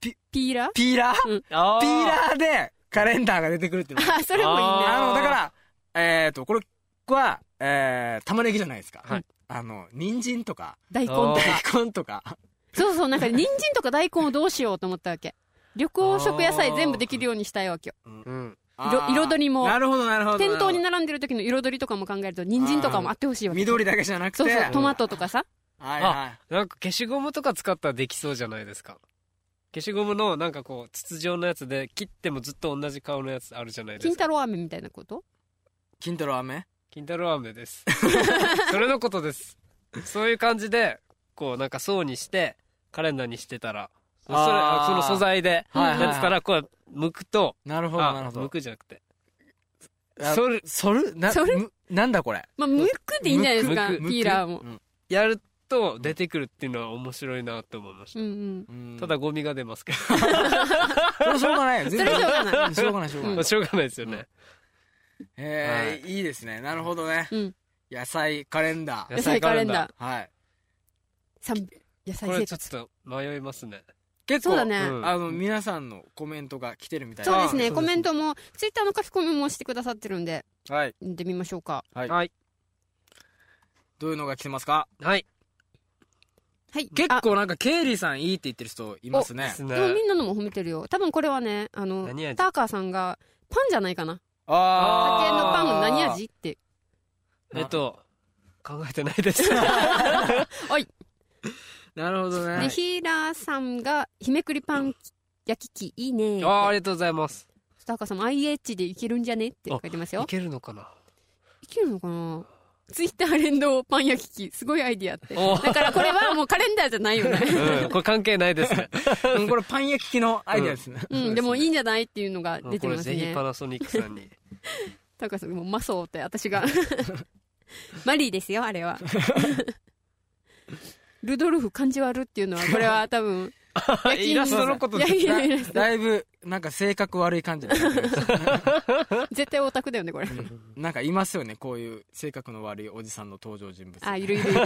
S3: ピーラー
S5: ピーラー
S4: あ
S5: ピーラーでカレンダーが出てくるっていうの
S3: あそれもいいね
S5: あのだからえっ、とこれはえー、玉ねぎじゃないですか、
S4: はい
S5: あの人参とか
S3: 大根
S4: あー
S3: とか
S5: 大根とか
S3: そうそうなんか人参とか大根をどうしようと思ったわけ旅行食野菜全部できるようにしたいわけよ
S4: うん
S5: あー
S3: 彩りも
S5: なるほどなるほど
S3: 店頭に
S5: なる
S3: 並んでる時の彩りとかも考えると人参とかもあってほしい
S5: ほど
S3: わけ
S5: 緑だけじゃなくて
S3: そうそうトマトとかさ
S5: はいは
S4: なんか消しゴムとか使ったらできそうじゃないですか消しゴムのなんかこう筒状のやつで切ってもずっと同じ顔のやつあるじゃないで
S3: 金
S4: すか
S3: 太郎飴みたいなこと
S5: い金太郎飴
S4: 金太郎飴です それのことですそういう感じでこうなんか層にしてカレンダーにしてたらそれ
S5: あー
S4: その素材で
S5: はいはいはい
S4: やってたらこう剥くと
S5: なるほどなる
S4: あ
S5: ほど
S4: 剥くじゃなくて
S5: あ
S4: それ
S5: そるな
S3: それ
S5: むなんだこれ
S3: まあむくでいいんじゃないですか
S4: む
S5: く
S3: ピーラーも
S4: やると出てくるっていうのは面白いなと思いまし
S3: うんうん
S5: うん
S4: たただゴミが出ますけ
S5: それはしょうがない全然
S3: それはしょうがな
S5: う
S3: い
S5: んしょうがないしょうがない
S4: どしょうがないですよね
S5: えーいいですねなるほどね
S3: うん
S5: 野菜カレンダー
S3: 野菜カレンダー
S5: はい
S3: 三野菜
S4: こ
S3: 生
S4: れちょ
S3: 活
S4: っと迷いますね
S5: 結
S3: そう
S5: 構
S3: だね
S4: うん
S5: あの皆さんのコメントが来てるみたい
S3: そうで
S4: あ
S3: すね
S4: ー
S3: コメントもツイッターの書き込みもしてくださってるんで
S5: はい
S3: 見てみましょうか
S5: はい
S4: はい
S5: どういうのが来てますか
S4: はい
S3: はい
S5: 結
S3: あ
S5: 構なんかケイリーさんいいって言ってる人います
S4: で
S5: ね
S4: す
S3: でもみ
S4: ね
S3: んなのも褒めてるよ多分これはねあの
S4: 何味
S3: ターカーさんがパンじゃないかな
S5: あ
S3: 家
S5: ー
S3: 計のパン何味って
S4: えっと考えてないです
S5: なるほど
S3: で
S5: ね
S3: ヒーラーさんが日めくりパン焼き器いいねって
S4: あーありがとうございます
S3: スターカーさんも IH でいけるんじゃねって書いてますよ
S4: いけるのかない
S3: けるのかなツイッター連動パン焼き器すごいアイディアって
S4: お
S3: だからこれはもうカレンダーじゃな いよね
S4: うんこれ関係ない ですね
S5: うん これパン焼き器のアイデアです ね
S3: うんでもいいんじゃないっていうのが出て
S4: これ
S3: ます
S4: ぜひ
S3: ね
S4: パナソニックさんに
S3: ターカーさんもうマソーって 私がマリーですよあれはルドルフ感じ悪っていうのはこれは多分夜勤
S4: イラストのことです
S3: いやいやいや
S5: だだいぶなんか性格悪い感じになってる
S3: 絶対オタクだよねこれ
S5: なんかいますよねこういう性格の悪いおじさんの登場人物
S3: あいるいる いる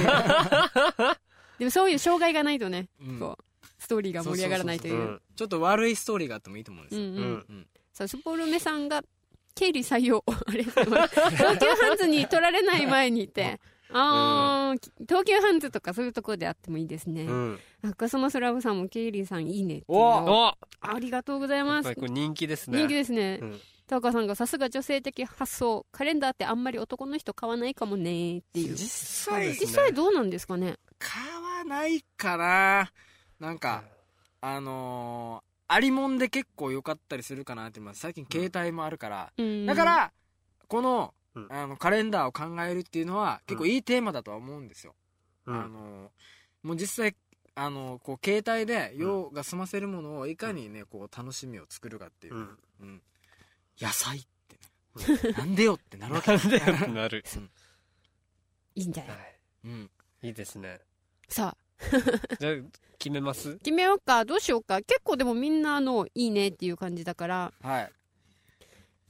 S3: でもそういう障害がないとね、
S5: うん
S3: こうストーリーが盛り上がらないといううん
S5: ちょっと悪いストーリーがあってもいいと思うんです
S3: う
S5: よ、
S3: ん
S4: う
S3: うん
S4: ん
S3: さあシュポルメさんが経理採用あれ東急ハンズに取られない前にってあー、東急ハンズとかそういうところであってもいいですね、
S4: うん
S3: あクソマスラブさんも経理さんいいねっていうの
S4: お
S3: を
S4: お
S3: ありがとうござい
S4: や
S3: ま
S4: っぱ
S3: す
S4: りこれ人気ですね
S3: 人気ですね、
S4: うん
S3: タカさんがさすが女性的発想カレンダーってあんまり男の人買わないかもねーっていう
S5: 実際
S3: 実際どうなんですかね
S5: 買わないかななんか、あのーありもんで結構良かったりするかなって今最近携帯もあるから、
S3: うん
S5: だからこの,、
S4: うん
S5: あのカレンダーを考えるっていうのは結構いいテーマだとは思うんですよ、
S4: うん
S5: あのーもう実際あのーこう携帯で用が済ませるものをいかにねこう楽しみを作るかっていうう、
S4: ん
S5: うん野菜 ってねなんでよってなるわけ
S4: なんでよってなる
S3: いいんじゃな
S4: はい
S5: うん
S4: いいいですね
S3: さあ
S4: じゃあ決めます
S3: 決めようかどうしようか結構でもみんなあのいいねっていう感じだから
S5: はい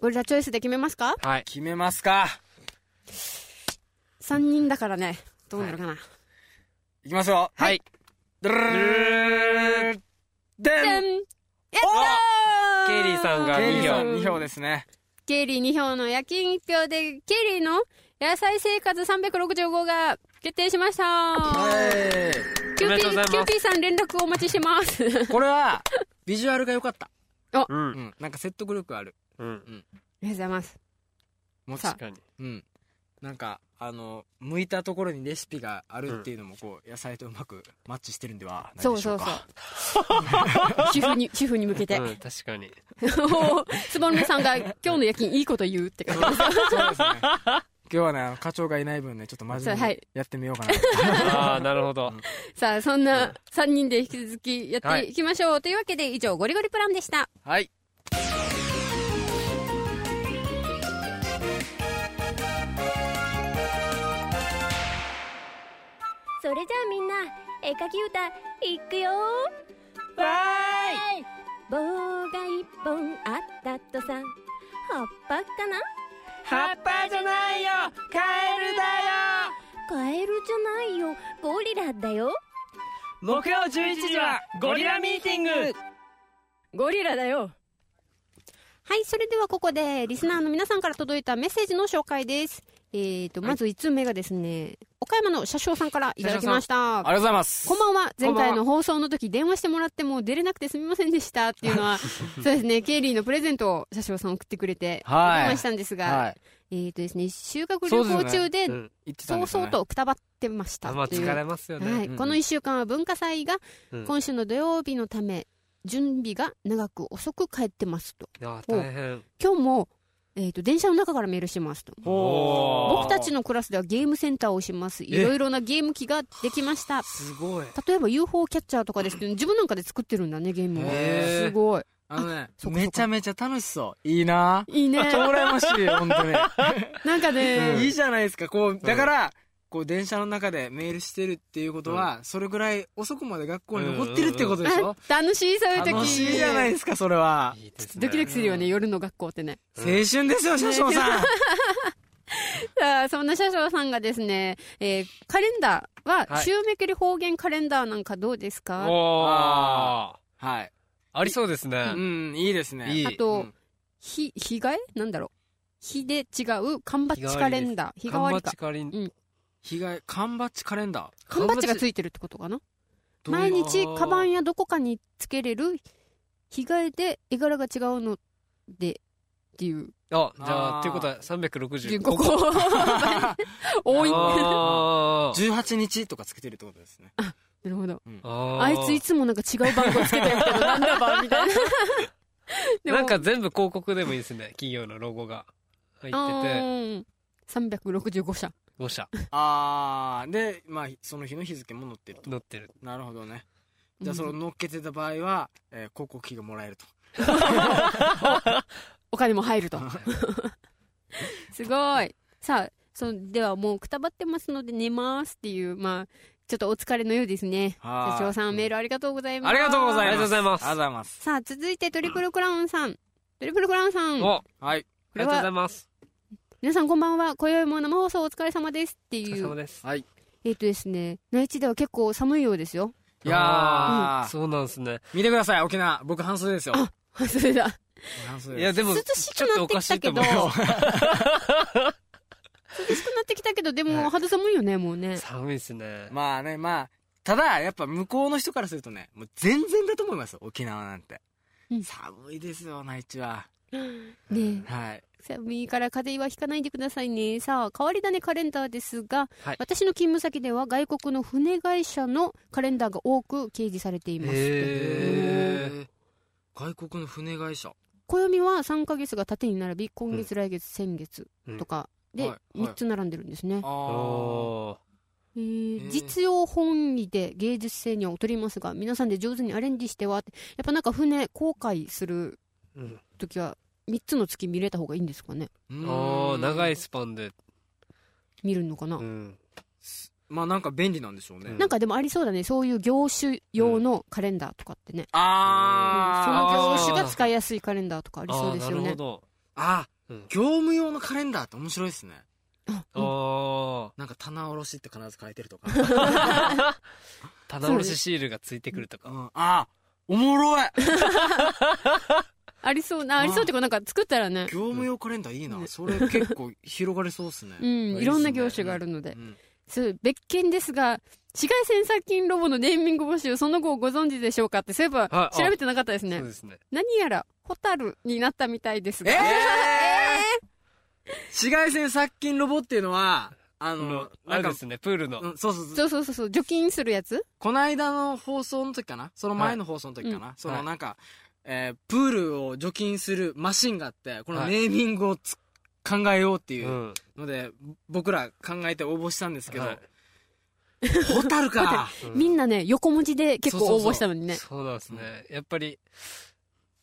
S3: ゴリラチョイスで決めますか
S4: はい
S5: 決めますか
S3: 3人だからねどうなるかな、
S5: いきますよ
S4: はい
S5: ドゥルルルルルルで
S3: で
S5: ん
S3: んやったー
S4: ケイリーさんが
S5: ケイ
S4: 2
S5: リーさ
S4: 票
S5: ん2票ですね
S3: ケイリー2票の夜勤1票でケイリーの野菜生活365が決定しました
S5: はい
S3: キ
S4: おめでとう
S3: ューピ
S4: ございま
S3: ー
S4: す
S3: キューピーさん連絡お待ちしてます
S5: これはビジュアルが良かった
S4: う
S5: うんんなんか説得力ある
S4: うん
S3: ありがとうございます
S5: もち
S3: さあ
S4: 確かに
S5: うんなんかあの向いたところにレシピがあるっていうのもこう野菜とうまくマッチしてるんではない
S3: そ
S5: で
S3: う
S5: しょ
S3: そううそ
S5: か
S3: う主婦に主婦に向けて、
S4: うん確かに
S3: つぼめさんが今日の夜勤いいこと言うって感じ
S5: そうですね今日はねあの課長がいない分ねちょっと真面
S3: そうは
S5: 目
S3: い
S5: にやってみようかな
S4: ああなるほど
S3: さあそんな3人で引き続きやっていきましょう、というわけで以上ゴリゴリプランでした
S5: はい
S6: それじゃあみんな絵描き歌いくよわーい棒が一本あったとさ葉っぱかな
S1: 葉っぱじゃないよカエルだよ
S6: カエルじゃないよゴリラだよ
S1: 木曜11時はゴリラミーティング
S2: ゴリラだよ
S3: はい、それではここで、リスナーの皆さんから届いたメッセージの紹介です。えーと、まず1通目がですね、岡山の車掌さんからいただきました。
S5: ありがとうございます
S3: こんばんは。
S4: こん
S3: 前
S4: ばんは
S3: 回の放送の時、電話してもらっても出れなくてすみませんでしたっていうのは、 そうですね、ケイリーのプレゼントを車掌さん送ってくれて、お
S5: はい
S3: 電話したんですが、
S5: はい
S3: えっ、とですね、修学
S5: そ
S3: 旅
S5: うですよ
S3: 行
S5: ね
S3: 中で、
S4: うん
S5: 言ってたんで
S3: 早
S5: すよ
S3: 々
S5: ね
S3: とくたばってました
S4: あまあ
S3: という
S4: 疲れますよね、
S3: はい
S5: うん
S3: この1週間は文化祭が、
S4: うん
S3: 今週の土曜日のため、準備が長く遅く帰ってますと。
S4: ああ大変
S3: 今日も、えー、と電車の中からメールしてますと。
S5: ほー
S3: 僕たちのクラスではゲームセンターをします。いろいろなゲーム機ができました。
S4: すごい
S3: 例えば UFO キャッチャーとかですけど、自分なんかで作ってるんだね、ゲームを。
S5: へー
S3: すごい。
S5: あのね
S3: そこそこ
S5: めちゃめちゃ楽しそういいない
S3: いね。
S5: 超羨ましいよ本当に
S3: なんかね、
S5: いいじゃないですか。こう、だから、こう、電車の中でメールしてるっていうことは、それぐらい遅くまで学校に残ってるってことでしょ、
S3: 楽しい、そういう時。
S5: 楽しいじゃないですか、それは。
S4: いいですね
S3: ドキドキするよね、夜の学校ってね。
S5: 青春ですよ、車 掌さん。
S3: さあ、そんな車掌さんがですね、えーカレンダーは、
S4: はい
S3: 週めくり方言カレンダーなんかどうですか、
S4: おー
S5: あはい。
S4: ありそうですね
S5: う、ん、いいですね。
S4: いい
S3: あ
S5: う
S3: と、
S5: ん
S3: 日、日替えなんだろう。日で違う、缶バッチカレンダー。日替わりか。
S4: カリン
S5: 被害、缶バッジカレンダー。
S3: 缶バッチがついてるってことかな
S5: どういう
S3: 毎日
S4: あー
S3: カバンやどこかにつけれる日替えで絵柄が違うのでっていう
S4: あじゃあ
S5: あー
S4: っていうことは365
S3: 15個 多いな
S4: あ ー
S5: 18日とかつけてるってことですね。
S3: るほど
S4: あー
S3: あいついつもなんか違う番号つけてるけどなんだばみ たいなでも
S4: なんか全部広告でもいいですね企業のロゴが入ってて
S3: うん365社
S4: 5社
S5: あー、で、まあ、その日の日付も載ってると。
S4: 載ってる
S5: なるほどね。じゃあ、
S3: うん
S5: その載っけてた場合は、えー、広告費がもらえると。
S3: お金も入 るとすごいさあそのではもうくたばってますので寝ますっていうまあちょっとお疲れのようですね
S5: はい
S3: 社長さんメールありがとうございます
S5: ありがとうございます。
S4: ありがとうございます
S5: ありがとうございます。
S3: さあ続いてトリプルクラウンさんトリプルクラウンさん
S4: おあ
S5: はい。
S4: りがとうございます
S3: 皆さんこんばんは今宵も生放送お疲れ様ですって
S4: お疲
S3: い
S4: れ様
S3: う
S4: です
S5: はい。
S3: えっ、とですね内地では結構寒いようですよ
S5: いやー、
S4: そうなんですね
S5: 見てください、沖縄。僕、半袖ですよ。
S3: あそれだ
S5: 半袖
S4: い
S5: で
S4: や
S5: す。
S4: でも
S3: 涼しくなってきたけど
S4: ちょっとおかしいと思うよ
S3: 涼しくなってきたけどで
S4: はい
S3: も肌寒いよねもうね
S4: 寒いですね
S5: まあね、まあ、ただ、やっぱ向こうの人からするとね、もう全然だと思いますよ、沖縄なんて
S3: うん。
S5: 寒いですよ、内地は。
S3: ねえ
S5: はい。
S3: 寒いから風邪はひかないでくださいねさあ変わり種カレンダーですが、
S4: はい
S3: 私の勤務先では外国の船会社のカレンダーが多く掲示されています、
S4: へー
S5: 外国の船会社。
S3: 暦は3ヶ月が縦に並び今月来月先月とか
S5: は
S3: で
S5: いはい
S3: 3つ並んでるんですね、
S5: あー。
S4: お
S3: えー
S5: えー
S3: 実用本位で芸術性には劣りますが皆さんで上手にアレンジしてはってやっぱなんか船航海する
S4: ーうん
S3: 時は3つの月見れた方がいいんですかね
S5: うーん
S4: あー長い。スパンで
S3: 見るのかな、
S4: うん
S5: まあなんか便利なんでしょうね。
S3: なんかでもありそうだねそういう業種用のカレンダーとかってね、そ
S5: あー。
S3: の業種が使いやすいカレンダーとかありそうですよ
S4: あーなる
S3: ね
S4: ほど
S5: あ
S4: うん
S5: 業務用のカレンダーって面白いですね。
S3: あうん
S4: あ
S5: なんか棚卸しって必ず書いてるとか。
S4: あ棚卸しシールがついてくると
S5: う
S4: か
S5: ん、あー、おもろい
S3: ありそうなありそうっていうかなんか作ったらね
S5: 業務用カレンダーいいな、それ結構広がりそうっすね
S3: うん
S5: っすね
S3: いろんな業種があるので
S5: うん
S3: そう別件ですが紫外線殺菌ロボのネーミング募集その後をご存知でしょうかってそういえば
S4: ああ
S3: 調べてなかったですね
S4: そうですね
S3: 何やらホタルになったみたいです
S5: えー
S3: が、
S5: 紫外線殺菌ロボっていうのはあ
S4: あ
S5: の
S4: のあ
S5: なん
S4: れ
S5: か
S4: ですねプールの
S5: うん、そうそうそう
S3: そうそうそうそう除菌するやつ
S5: この間の放送の時かなその前の放送の時かな、そのなんか、えープールを除菌するマシンがあってこの
S4: はい
S5: ネーミングをつ考えようっていううんので、僕ら考えて応募したんですけど、
S4: はい
S5: ホタルか
S4: うん
S3: みんなね横文字で結構応募したのにね
S4: そうなんですねやっぱり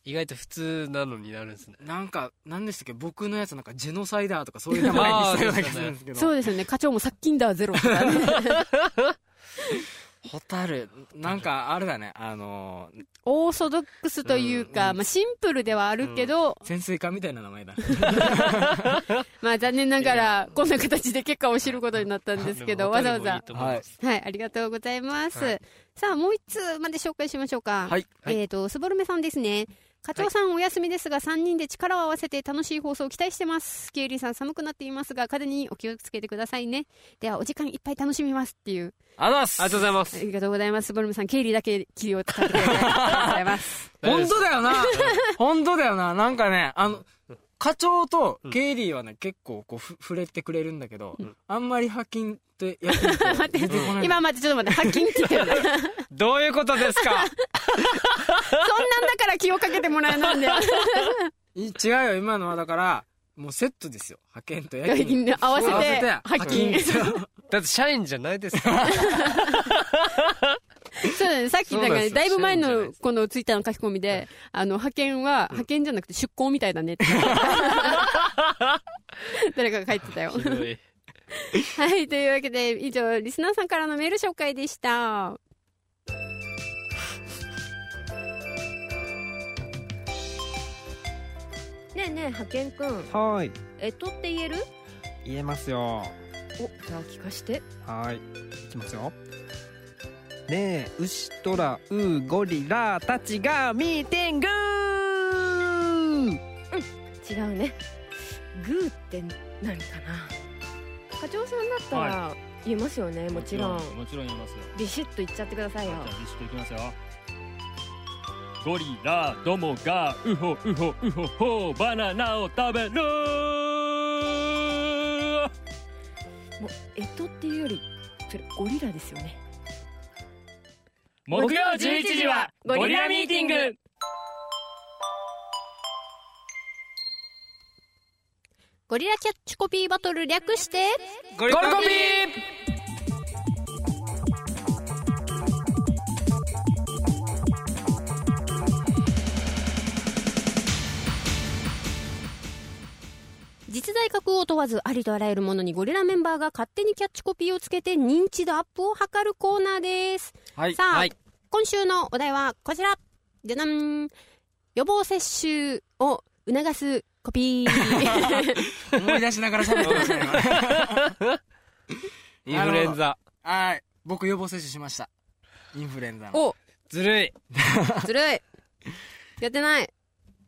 S4: 意外と普通なのになるんですね
S5: なんか何でしたっけ僕のやつなんかジェノサイダーとかそういう名前にしたような気がするんですけど
S3: そうですよね課長も殺菌だゼロとかね
S5: ホタルなんかあれだねあのー
S3: オーソドックスというか、
S4: うん
S3: まあ、シンプルではあるけど、
S5: 潜水艦みたいな名前だね
S3: まあ、残念なが
S5: いや
S3: らこんな形で結果を知ることになったんですけどわざわざ。
S4: はい
S3: はい、ありがとうございます。
S4: はい
S3: さあ、もう一通まで紹介しましょうか。
S5: はいはい
S3: えっ、と、すぼるめさんですね。課長さんお休みですが、3人で力を合わせて楽しい放送を期待してます。ケイリーさん寒くなっていますが、風邪にお気をつけてくださいね。では、お時間いっぱい楽しみますっていう。
S5: あざっす
S4: ありがとうございま
S3: あ
S4: す。
S3: りがとうございます。すぼるめさん、ケイリーだけ気を使ってください。ありがと うございます。
S5: 本当だよな本当だよななんかねあの課長とケイリーはね、結構こうふ触れてくれるんだけど、あんまりハキンってやってみて
S3: 待って
S5: 出こない
S3: 今待って、ちょっと待って、ハッキンって言ってる。そんなんだ
S4: どういうことですか
S3: から気をかけてもらえないんで。
S5: い違うよ今のはだからもうセットですよ派遣と夜勤
S3: 合わせて
S5: 合わせて
S3: ハッキン
S5: ハッキン
S4: だって社員じゃないですか
S3: そうだね、さっき、
S4: そう
S3: だ
S4: な
S3: か
S4: んです
S3: ら、
S4: よ
S3: だいぶ前
S4: 知らないんじゃない
S3: の
S4: です、
S3: このツイッターの書き込みで、あの、派遣は、派遣じゃなくて出向みたいだねって。誰かが書いてたよ。
S4: ら。ひ
S3: はい、というわけで、以上、リスナーさんからのメール紹介でした。
S7: ねえねえ派遣くん
S4: どいはーい。
S7: えっとって言える
S4: 言えますよ。
S7: おじゃあ聞かして
S4: はーい。いきますよ。ねえ、牛とら、うー、ゴリラたちがミーティング
S7: 違うねグーって何かな課長さんだったら言えますよね、もちろん
S1: もちろん言いますよ
S7: ビシッと言っちゃってくださいよ
S1: じゃあビシッといきますよゴリラどもがウホウホウホホバナナを食べる
S7: もうえっとっていうよりそれゴリラですよね
S1: 木曜11時はゴリラミーティング
S8: ゴリラキャッチコピーバトル略して
S4: ゴリコピ
S8: 実在格を問わずありとあらゆるものにゴリラメンバーが勝手にキャッチコピーをつけて認知度アップを図るコーナーです。
S5: はい
S8: さあ、
S4: はい
S8: 今週のお題はこちらじゃじゃん予防接種を促すコピー
S5: 思い出しながら喋ってましたね
S4: インフルエンザ。
S5: 今はい僕予防接種しましたインフルエンザの
S3: お、
S4: ずるい。
S3: ずるい。やってない。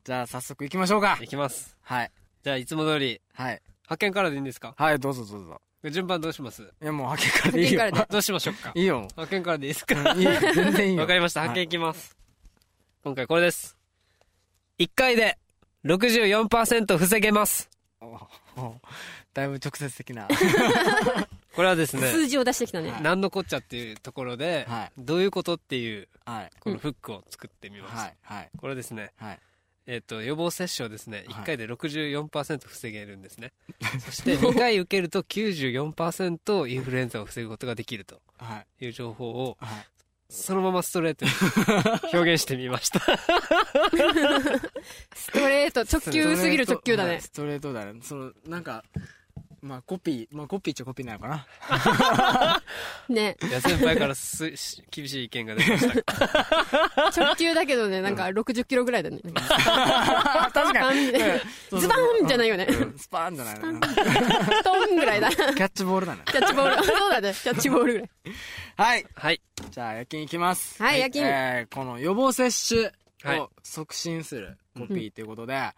S5: じゃあ早速行きましょうか
S4: いきます。
S5: はい
S4: じゃあ、いつも通り、
S5: はい
S4: 派遣からでいいんですか
S5: はいどうぞどうぞ
S4: 順番どうします
S5: いやもう派遣からでいいよ
S3: 派
S4: どうしましょうか
S5: いいよ
S4: 派遣からでいいですか
S5: いいよ全然いいよ
S4: わかりました。
S5: はい
S4: 発見いきます。今回これです。1回で64%防げます。
S5: おおだいぶ直接 的な
S4: これはですね、
S8: 数字を出してきたね、
S4: 何のこっちゃっていうところで、
S5: はい
S4: どういうことっていう、
S5: はい
S4: このフックを作ってみました。
S5: はいはい
S4: これですね、
S5: はい
S4: えっ、と、予防接種をですね、
S5: はい
S4: 1回で64%防げるん ですね。そして、2回受けると94%インフルエンザを防ぐことができると
S5: はい
S4: いう情報を、
S5: はい
S4: そのままストレートに表現してみました。
S3: ストレート、直球すぎる直球だね。
S5: ストレートだねそのなんかまあコピーまあコピーっちゃコピーなのかな
S3: ね。
S4: いや、先輩からすし厳しい意見が出ました。
S3: 直球だけどね、なんか60キロぐらいだ ね。
S5: 確
S3: か
S5: に
S3: にズバーンじゃないよね。
S5: スパーンじゃないな
S3: トンぐらいだ。キ
S5: キャッチボールだね
S3: ャッチボー ル。そうだね。キャッチボールぐらい。
S5: はい
S4: はい。
S5: じゃあ夜勤いきます
S3: はい夜勤
S5: えーこの予防接
S4: は
S5: 種
S4: い
S5: を促進するコピーということで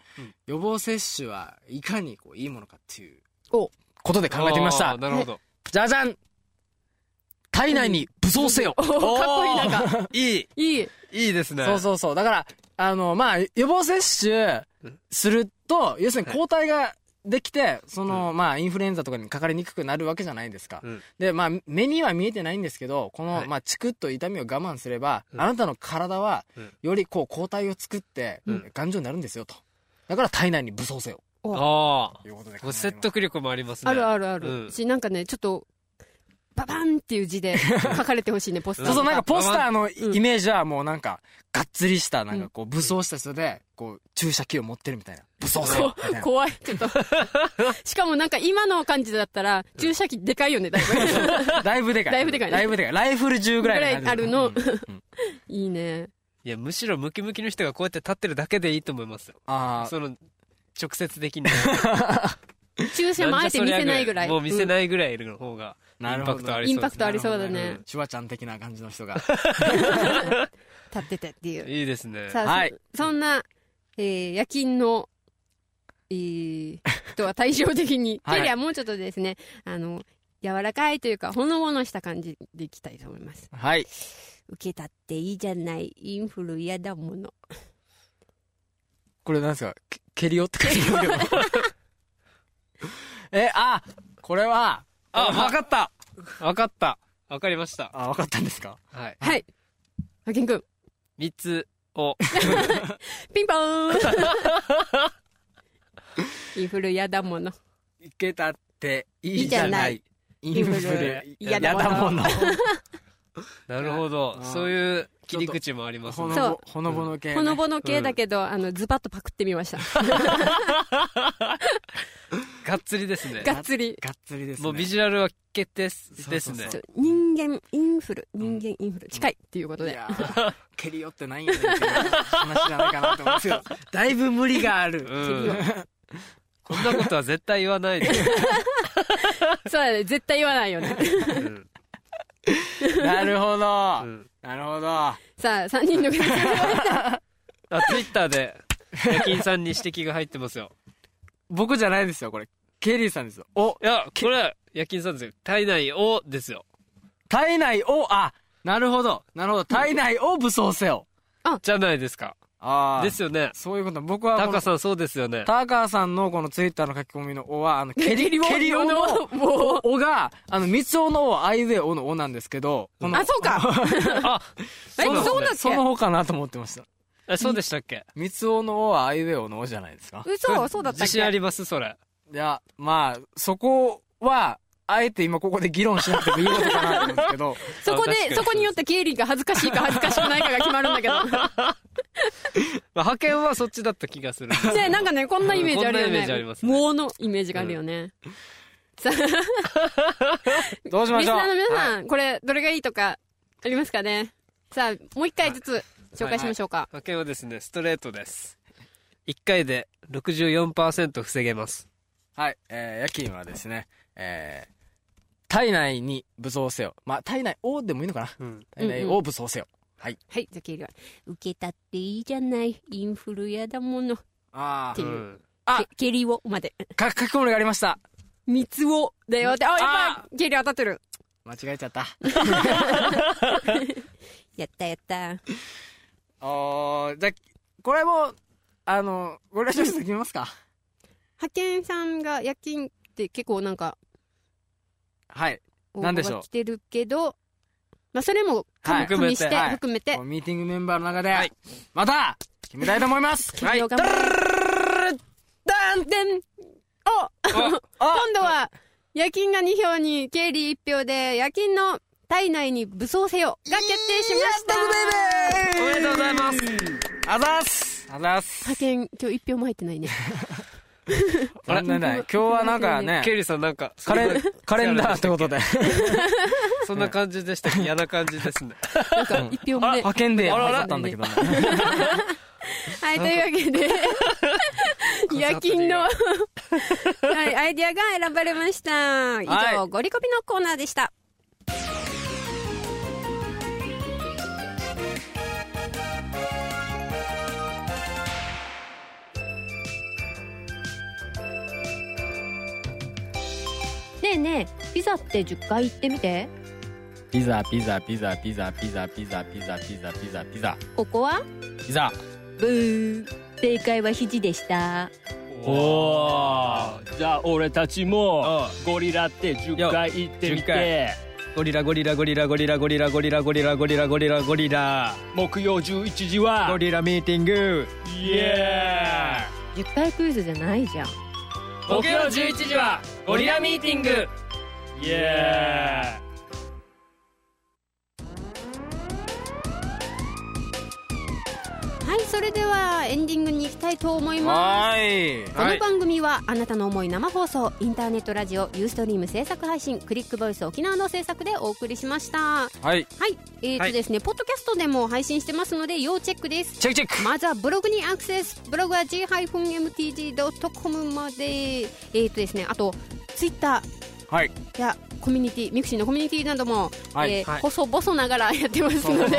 S5: 予防接種はいかにこういいものかっていう
S3: お
S5: ことで考えてみまし
S4: あ
S5: た
S4: ーなるほど。
S5: じゃじゃん体内に武装せよ
S3: おかっこいい、なんか。
S4: いい、
S3: いい。
S4: いいですね。
S5: そうそうそう。だから、あの、まあ、予防接種すると、要するに抗体ができて、その、まあ、インフルエンザとかにかかりにくくなるわけじゃないですか。
S4: うん
S5: で、まあ、目には見えてないんですけど、この、
S4: はい
S5: まあ、チクッと痛みを我慢すれば、
S4: ん
S5: あなたの体は
S4: うん、
S5: よりこう、抗体を作って、頑丈になるんですよ、と。だから体内に武装せよ。
S4: ああ。
S5: ということで考え
S4: こ
S5: て
S4: う
S5: ます。
S4: 説得力もありますね。
S3: あるあるある、
S4: うん
S3: しなんかねちょっとババンっていう字で書かれてほしいねポスター
S5: そうそう、なんかポスターの
S3: うん
S5: イメージはもうなんか、がっつりした、なんかこう、武装した人で、こう、注射器を持ってるみたいな。武装せよみたいな
S3: 怖い。ちょ っと。しかもなんか今の感じだったら、注射器でかいよね、だいぶ。
S5: だいぶでかい。
S3: だいぶでかいね
S5: だいぶでかい。ライフル銃ぐらいの感じ
S3: ぐらいある
S5: うんうん
S3: いいね。
S4: いや、むしろムキムキの人がこうやって立ってるだけでいいと思いますよ。
S5: あ
S4: その、直接的に。
S3: 注射もあえて見せないぐらい。
S4: もう見せ
S3: い。
S4: ないぐらいの方が、イン
S5: なる
S4: パ
S5: ほ
S4: ク
S5: ど
S4: トあ
S3: イ
S4: り
S3: ン
S4: そう
S3: パ
S4: です
S3: クト
S4: ね。
S3: ありそうだ
S5: あ
S3: ね。
S5: シュワちゃん的な感じの人が。
S3: 立っててっていう。
S4: いいですね。
S3: さあ、
S5: はい
S3: そそんな、えー、夜勤の、えー、人は対照的に、
S5: はい
S3: キャリアもうちょっとですね、あの、柔らかいというか、ほのぼのした感じでいきたいと思います。
S5: はい。
S3: 受けたっていいじゃない、インフル嫌だもの。
S5: これなんですかけ蹴りよって感じだけど。 え、あ、これは、
S4: あ、わかったわかったわかりました。
S5: あ、わかったんですか
S4: はい。
S3: はい。あきんくん、
S4: 三つを、
S3: ピンポーンインフル嫌だもの。
S5: いけたってい
S3: いじゃない。
S5: インフル、やだもの。
S4: なるほど
S5: あ。ー
S4: そういう切り口もあります
S5: ほ
S4: ね。
S5: のぼ、ほのぼの系ね。
S3: ほのぼの系だけど、あの、ズバッとパクってみま した。
S4: がっつりですね。
S3: がっつり。
S5: がっつりですね。
S4: もうビジュアルは決定です
S5: そうそう
S4: ですね
S3: そ。う人間インフル、人間インフル、近いっていうこと
S5: い
S3: で。
S5: やー蹴り寄ってないんだよみたいな話じゃないかなと思うんですけど、 だいぶ無理がある。
S4: うん。こんなことは絶対言わないで。
S3: そうだね、絶対言わないよ ね。
S4: うん
S5: なるほど。
S4: うん
S5: なるほど。
S3: さあ、3人の方
S4: あ、ツイッターで、夜勤さんに指摘が入ってますよ。
S5: 僕じゃないですよ、これ。ケリーさんですよ。お、
S4: いや、これ、夜勤さんですよ。体内をですよ。
S5: 体内を、あ、なるほど。なるほど。体内を武装せよ。
S4: じゃないですか。
S5: ああ。
S4: ですよね。
S5: そういうこと。僕は
S4: タ
S5: こ
S4: カ
S5: の、
S4: さんそうですよね。
S5: タカさんのこのツイッターの書き込みのおは、あの、蹴り、蹴りおの、
S3: もう、
S5: おが、あの、三つおのお、あいうえおのおなんですけど、この
S3: あ、そうか
S4: あ、 そ
S3: え、
S4: うなんです
S3: そう
S4: ね
S3: だっ
S5: そ
S3: け
S5: の方かなと思ってました。
S4: えそうでしたっけ
S5: 三つおのおは、あいうえおのおじゃないですか。
S3: 嘘そうだった
S4: 自
S3: っ
S4: 信あ
S3: け
S4: りますそれ。
S5: いや、まあ、そこは、あえて今ここで議論しなくてもいいことかなと思うんですけ ど、
S3: そこ
S4: あ確か
S3: で、
S4: に
S3: そこによって経理が恥ずかしいか恥ずかしくないかが決まるんだけど。
S4: まあ、派遣は そっちだった気がする。
S3: ね、なんかね、こんなイメージあるよ
S4: こんなイメージあり
S3: ね
S4: ま。すね
S3: もうのイメージがあるよね。さあ、リス
S5: どうしましょう。
S3: ナーの皆
S5: はい
S3: さん、これ、どれがいいとか、ありますかねさあ、もう一回ずつ紹介しましょうか。
S4: 派遣はですね、ストレートです。1回で64%防げます。
S5: はい、えー、夜勤はですね、えー、体内に武装せよ。まあ、体内をでもいいのかな。
S4: うん。
S5: 体内を武装せよ。
S3: はい、じゃあ経理は。受けたっていいじゃない、インフルやだもの。
S5: あ
S3: う
S5: ー、
S3: ん
S5: あ
S3: け蹴りをまで。
S5: か、書き込みがありました。
S3: 三つをだよって。あ、や
S5: あ
S3: っぱ蹴り当たってる。
S5: 間違えちゃった。
S3: やったやった。
S5: お ー、じゃあ、これも、あの、ご了承してきますか。
S3: 派遣さんが夜勤って結構なんか、
S5: はい。
S3: 応
S5: なんで
S3: 募
S5: しょ
S3: が
S5: う
S3: 来てるけど、まあそれも
S5: はい
S3: 加味して、
S5: はい
S3: 含めて
S5: この、ミーティングメンバーの中で、
S4: はい
S5: また、決めたいと思い ます。
S3: 蹴りを頑張る。ダンデンお 今度は、夜勤が2票に、経理1票で、夜勤の体内に武装せよが決定しました
S4: おめでとうございます。
S5: あざーすあざーす
S3: 派遣、今日1票も入ってないね。
S5: 残念だね。今日は なんかね、
S4: ケイリーさんなんか、
S5: カレン、 カレンダーってことで。
S4: そんな感じでしたっけ嫌な感じですね。
S3: なんか1票 もね。
S5: 派遣で
S4: あらら
S5: だったんだけ どね。
S3: はい、というわけ で、夜勤の、はい、アイディアが選ばれました。以上、
S5: はい
S3: ゴリコピのコーナーでした。
S7: ねえねえピザって10回言ってみて
S5: ピザ、ピザ、ピザ、ピザ、ピザ、ピザ、ピザ、ピザ、ピザ、ピザ、
S7: ここは
S5: ピザ。
S7: ブー正解は肘でした
S1: おおじゃあ俺たちもゴリラって10回言ってみ
S4: よ10
S1: て
S4: ゴリラゴリラゴリラゴリラゴリラゴリラゴリラゴリラゴリラゴリラ
S1: 木曜11時は
S4: ゴリラミーティング
S1: イエ
S7: 10回クイズじゃないじゃん
S1: ーイ木曜11時はゴリラミーティングイエーイ
S3: はい、そそれではエンディングに行きたいと思いま
S5: は
S3: す
S5: ーい
S3: こ
S4: は
S3: の
S4: い
S3: 番組はあなたの思い生放送インターネットラジオユーストリーム制作配信クリックボイス沖縄の制作でお送りしましたは
S5: はい
S3: いえー
S4: は
S3: と
S4: い
S3: ですね、ポッドキャストでも配信してますので要チェックです
S5: チェックチェック
S3: まずはブログにアクセスブログは g-mtg.com までえー、とですねあとツイッタ
S5: はい
S3: ーやコミュニティミクシーのコミュニティなども、
S5: はい
S3: えー
S4: はい
S3: 細々ながらやってますので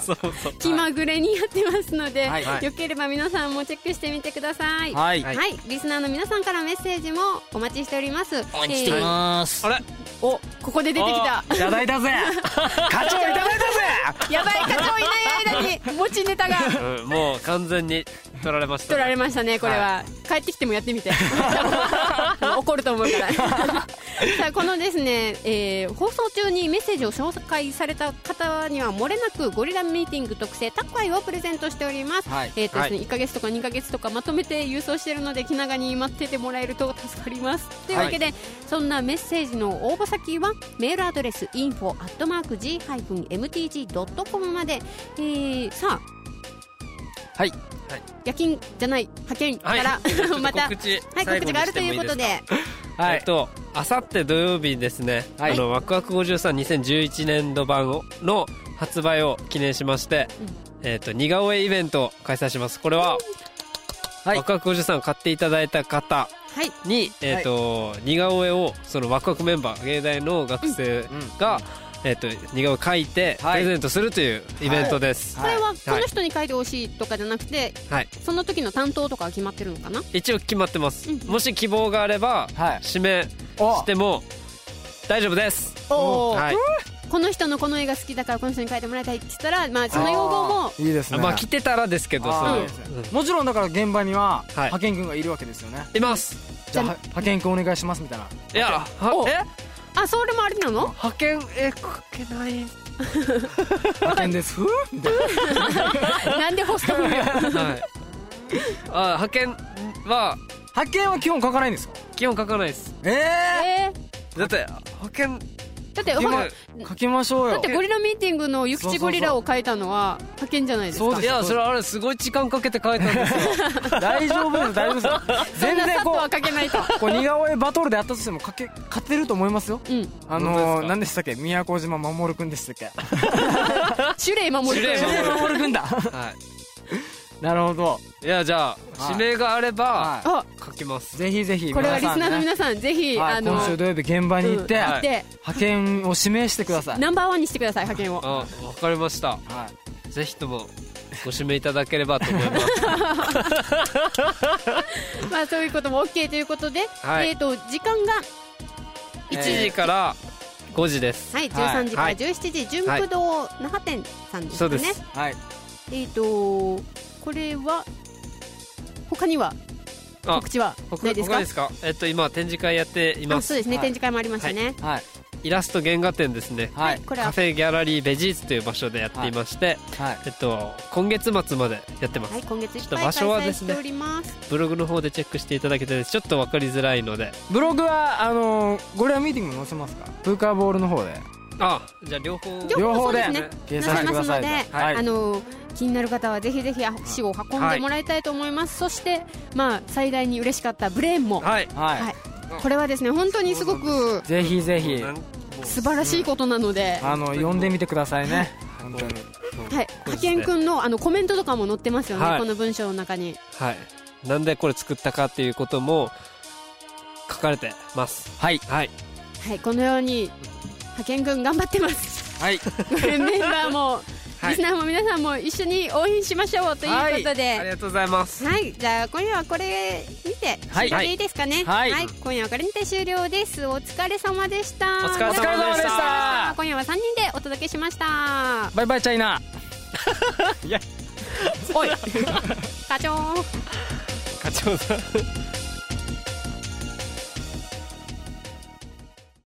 S4: そうそう
S3: 気まぐれにやってますので、
S5: はいはい
S3: よければ皆さんもチェックしてみてください
S5: はい
S4: は
S3: はいい、リスナーの皆さんからメッセージもお待ちしております。お
S5: お待ちしております
S4: あれ
S3: お、ここで出てきた。
S5: いただいた ぜ課長いただいた
S3: やばい、課長いない間に、持ちネタが
S4: うんもう完全に取られましたね
S3: 取られましたね、これは。帰ってきてもやってみて。怒ると思うから。 さあ、このですね、えー放送中にメッセージを紹介された方には、漏れなくゴリラミーティング特製タッカイをプレゼントしております。
S5: ぜはい
S3: えーとですね
S4: は
S3: 1か月とか2か月とかまとめて郵送してるので気長に待っててもらえると助かりますというわけで、そんなメッセージの応募先はメールアドレス info.g-mtg.com まで、えーさあ
S5: はい
S3: 夜勤じゃない派遣か
S4: はい
S3: ら、
S4: ちょっと
S3: また
S4: 告知
S3: はい、告知があるということで
S5: は
S4: えっと、あさって土曜日にですね、
S5: はい
S4: あの、ワクワク532011年度版をの発売を記念しまして、えっと、似顔絵イベントを開催します。これは、
S5: はい
S4: ワクワク53を買っていただいた方
S3: はい
S4: に、えっと、似顔絵を、そのワクワクメンバー、芸大の学生が、えっと、似顔絵描いて、プ
S5: はい
S4: レゼントするというイベントです。
S3: これはこ
S4: はい
S3: の人に書いてほしいとかじゃなくて
S4: はい。
S3: その時の担当とかは決まってるのかな
S4: 一応決まってます
S3: うん。
S4: もし希望があれば、
S5: はい
S4: 指名
S5: お
S4: しても大丈夫です。
S3: お
S4: はい。
S3: この人のこの絵が好きだからこの人に書いてもらいたいって言ったら、まあ、その要望も
S5: あーいいですね
S4: まあ来てたらですけど
S5: あ
S4: そ
S5: ー
S4: の
S5: いいですねもちろんだから現場には
S4: い
S5: 派遣君がいるわけですよね
S4: います
S5: じゃあは派遣君お願いしますみたいない
S4: やは
S3: お
S4: え
S3: あそれもあれなの
S4: 派遣えかけない
S5: 派 遣ですふうみたいな
S3: なんでホスト風
S4: はいあ派遣は
S5: 派遣は基本書かないんですか
S4: 基本書かないです
S5: ええ
S3: え
S4: だって派遣
S3: だってほ
S5: 今
S3: ら
S5: 書きましょう
S3: だっ
S5: よ
S3: てゴリラミーティングのゆきちゴリラを書いたのは派遣じゃないですか
S5: そうです
S4: いやそれあれすごい時間かけて書いたんですよ
S5: 大丈夫です大丈夫です全
S3: そんな
S5: 然
S3: サッと
S5: こ
S3: は書けないと
S5: うこう似顔絵バトルであったとしても書け勝てると思いますよ
S3: うん
S5: あ
S4: 本当
S5: の
S4: です
S5: ー、
S4: か
S5: 何でしたっけ宮古島守君でしたっけ
S3: シュレイ守る
S4: シュレ イ守る
S5: 守君だ
S4: は
S5: なるほど
S4: いいやじゃあ
S5: はい
S4: 指名があれば
S5: は
S3: あ
S4: 書きます
S5: いぜひぜひ
S3: これはリスナーの
S5: 皆
S3: 皆さんぜひ
S5: さ
S3: あ
S5: んねはい
S3: の
S5: 今週土曜日現場に行って
S3: うん行
S5: 派
S3: って
S5: 遣を指名してください
S3: ナンバーワンにしてください派遣を
S4: あわかりました
S5: はい
S4: ぜひともご指名いただければと思います
S3: まあそういうことも OK ということで
S4: はい
S3: えっと時間が
S4: 1時から5時です
S3: はい13時か
S4: は
S3: ら
S4: い
S3: 17時純駆堂那覇店さんで
S4: そ
S3: す
S4: う
S3: か
S4: で
S3: ね
S4: す
S5: はい
S3: えっとこれは他には
S4: あ
S3: 告知は
S4: 他
S3: ないですか
S4: 他ですかえっと今展示会やっていま
S3: あ
S4: す
S3: そうですね
S5: はい
S3: 展示会もありましたね
S5: はい
S4: イラスト原画展ですね、
S5: はい
S3: これは
S4: カフェギャラリーベジーズという場所でやっていまして、
S5: はい
S4: えっと、今月末までやってます、
S3: はい、今月いっ
S4: ちょっと
S3: ぱい開
S4: 場所は
S3: 催
S4: です
S3: して
S4: ね
S3: おります。
S4: ブログの方でチェックしていただけたらちょっと分かりづらいので
S5: ブログはあのー、ゴリラミーティングも載せますかプーカーボールの方で
S4: あじゃあ両方
S3: 両
S5: 両
S3: 方
S5: 方で
S3: そうですね
S5: 計算してください
S3: 出しますので
S5: はい
S3: あの気になる方はぜひぜひ足を運んでもらいたいと思います。そしてまあ最大に嬉しかったブレーンも、
S4: はい
S5: はい、
S3: はいこれはですね本当にすごく
S5: ぜひぜひ
S4: なんもう
S3: 素晴らしいことなので。
S5: あの呼んでみてくださいね本当に
S3: はい、派遣くんのあのコメントとかも載ってますよね、
S4: はい
S3: この文章の中に。
S4: はいなんでこれ作ったかっていうことも書かれてますはいはい
S3: はい、このように派遣くん頑張ってます。
S5: はい
S3: メンバーも、
S4: はい
S3: リスナーも皆さんも一緒に応援しましょうということで。
S4: ありがとうございます
S3: はい、じゃあ今夜はこれ見て
S5: はい
S3: 終了でいいですかね。
S5: はい
S3: 今夜はこれにて終了です。お疲れ様でした。
S4: お疲れ様でした
S3: 今夜は三人でお届けしました。
S5: バイバイチャイナ
S3: おい、課長。
S4: 課長さん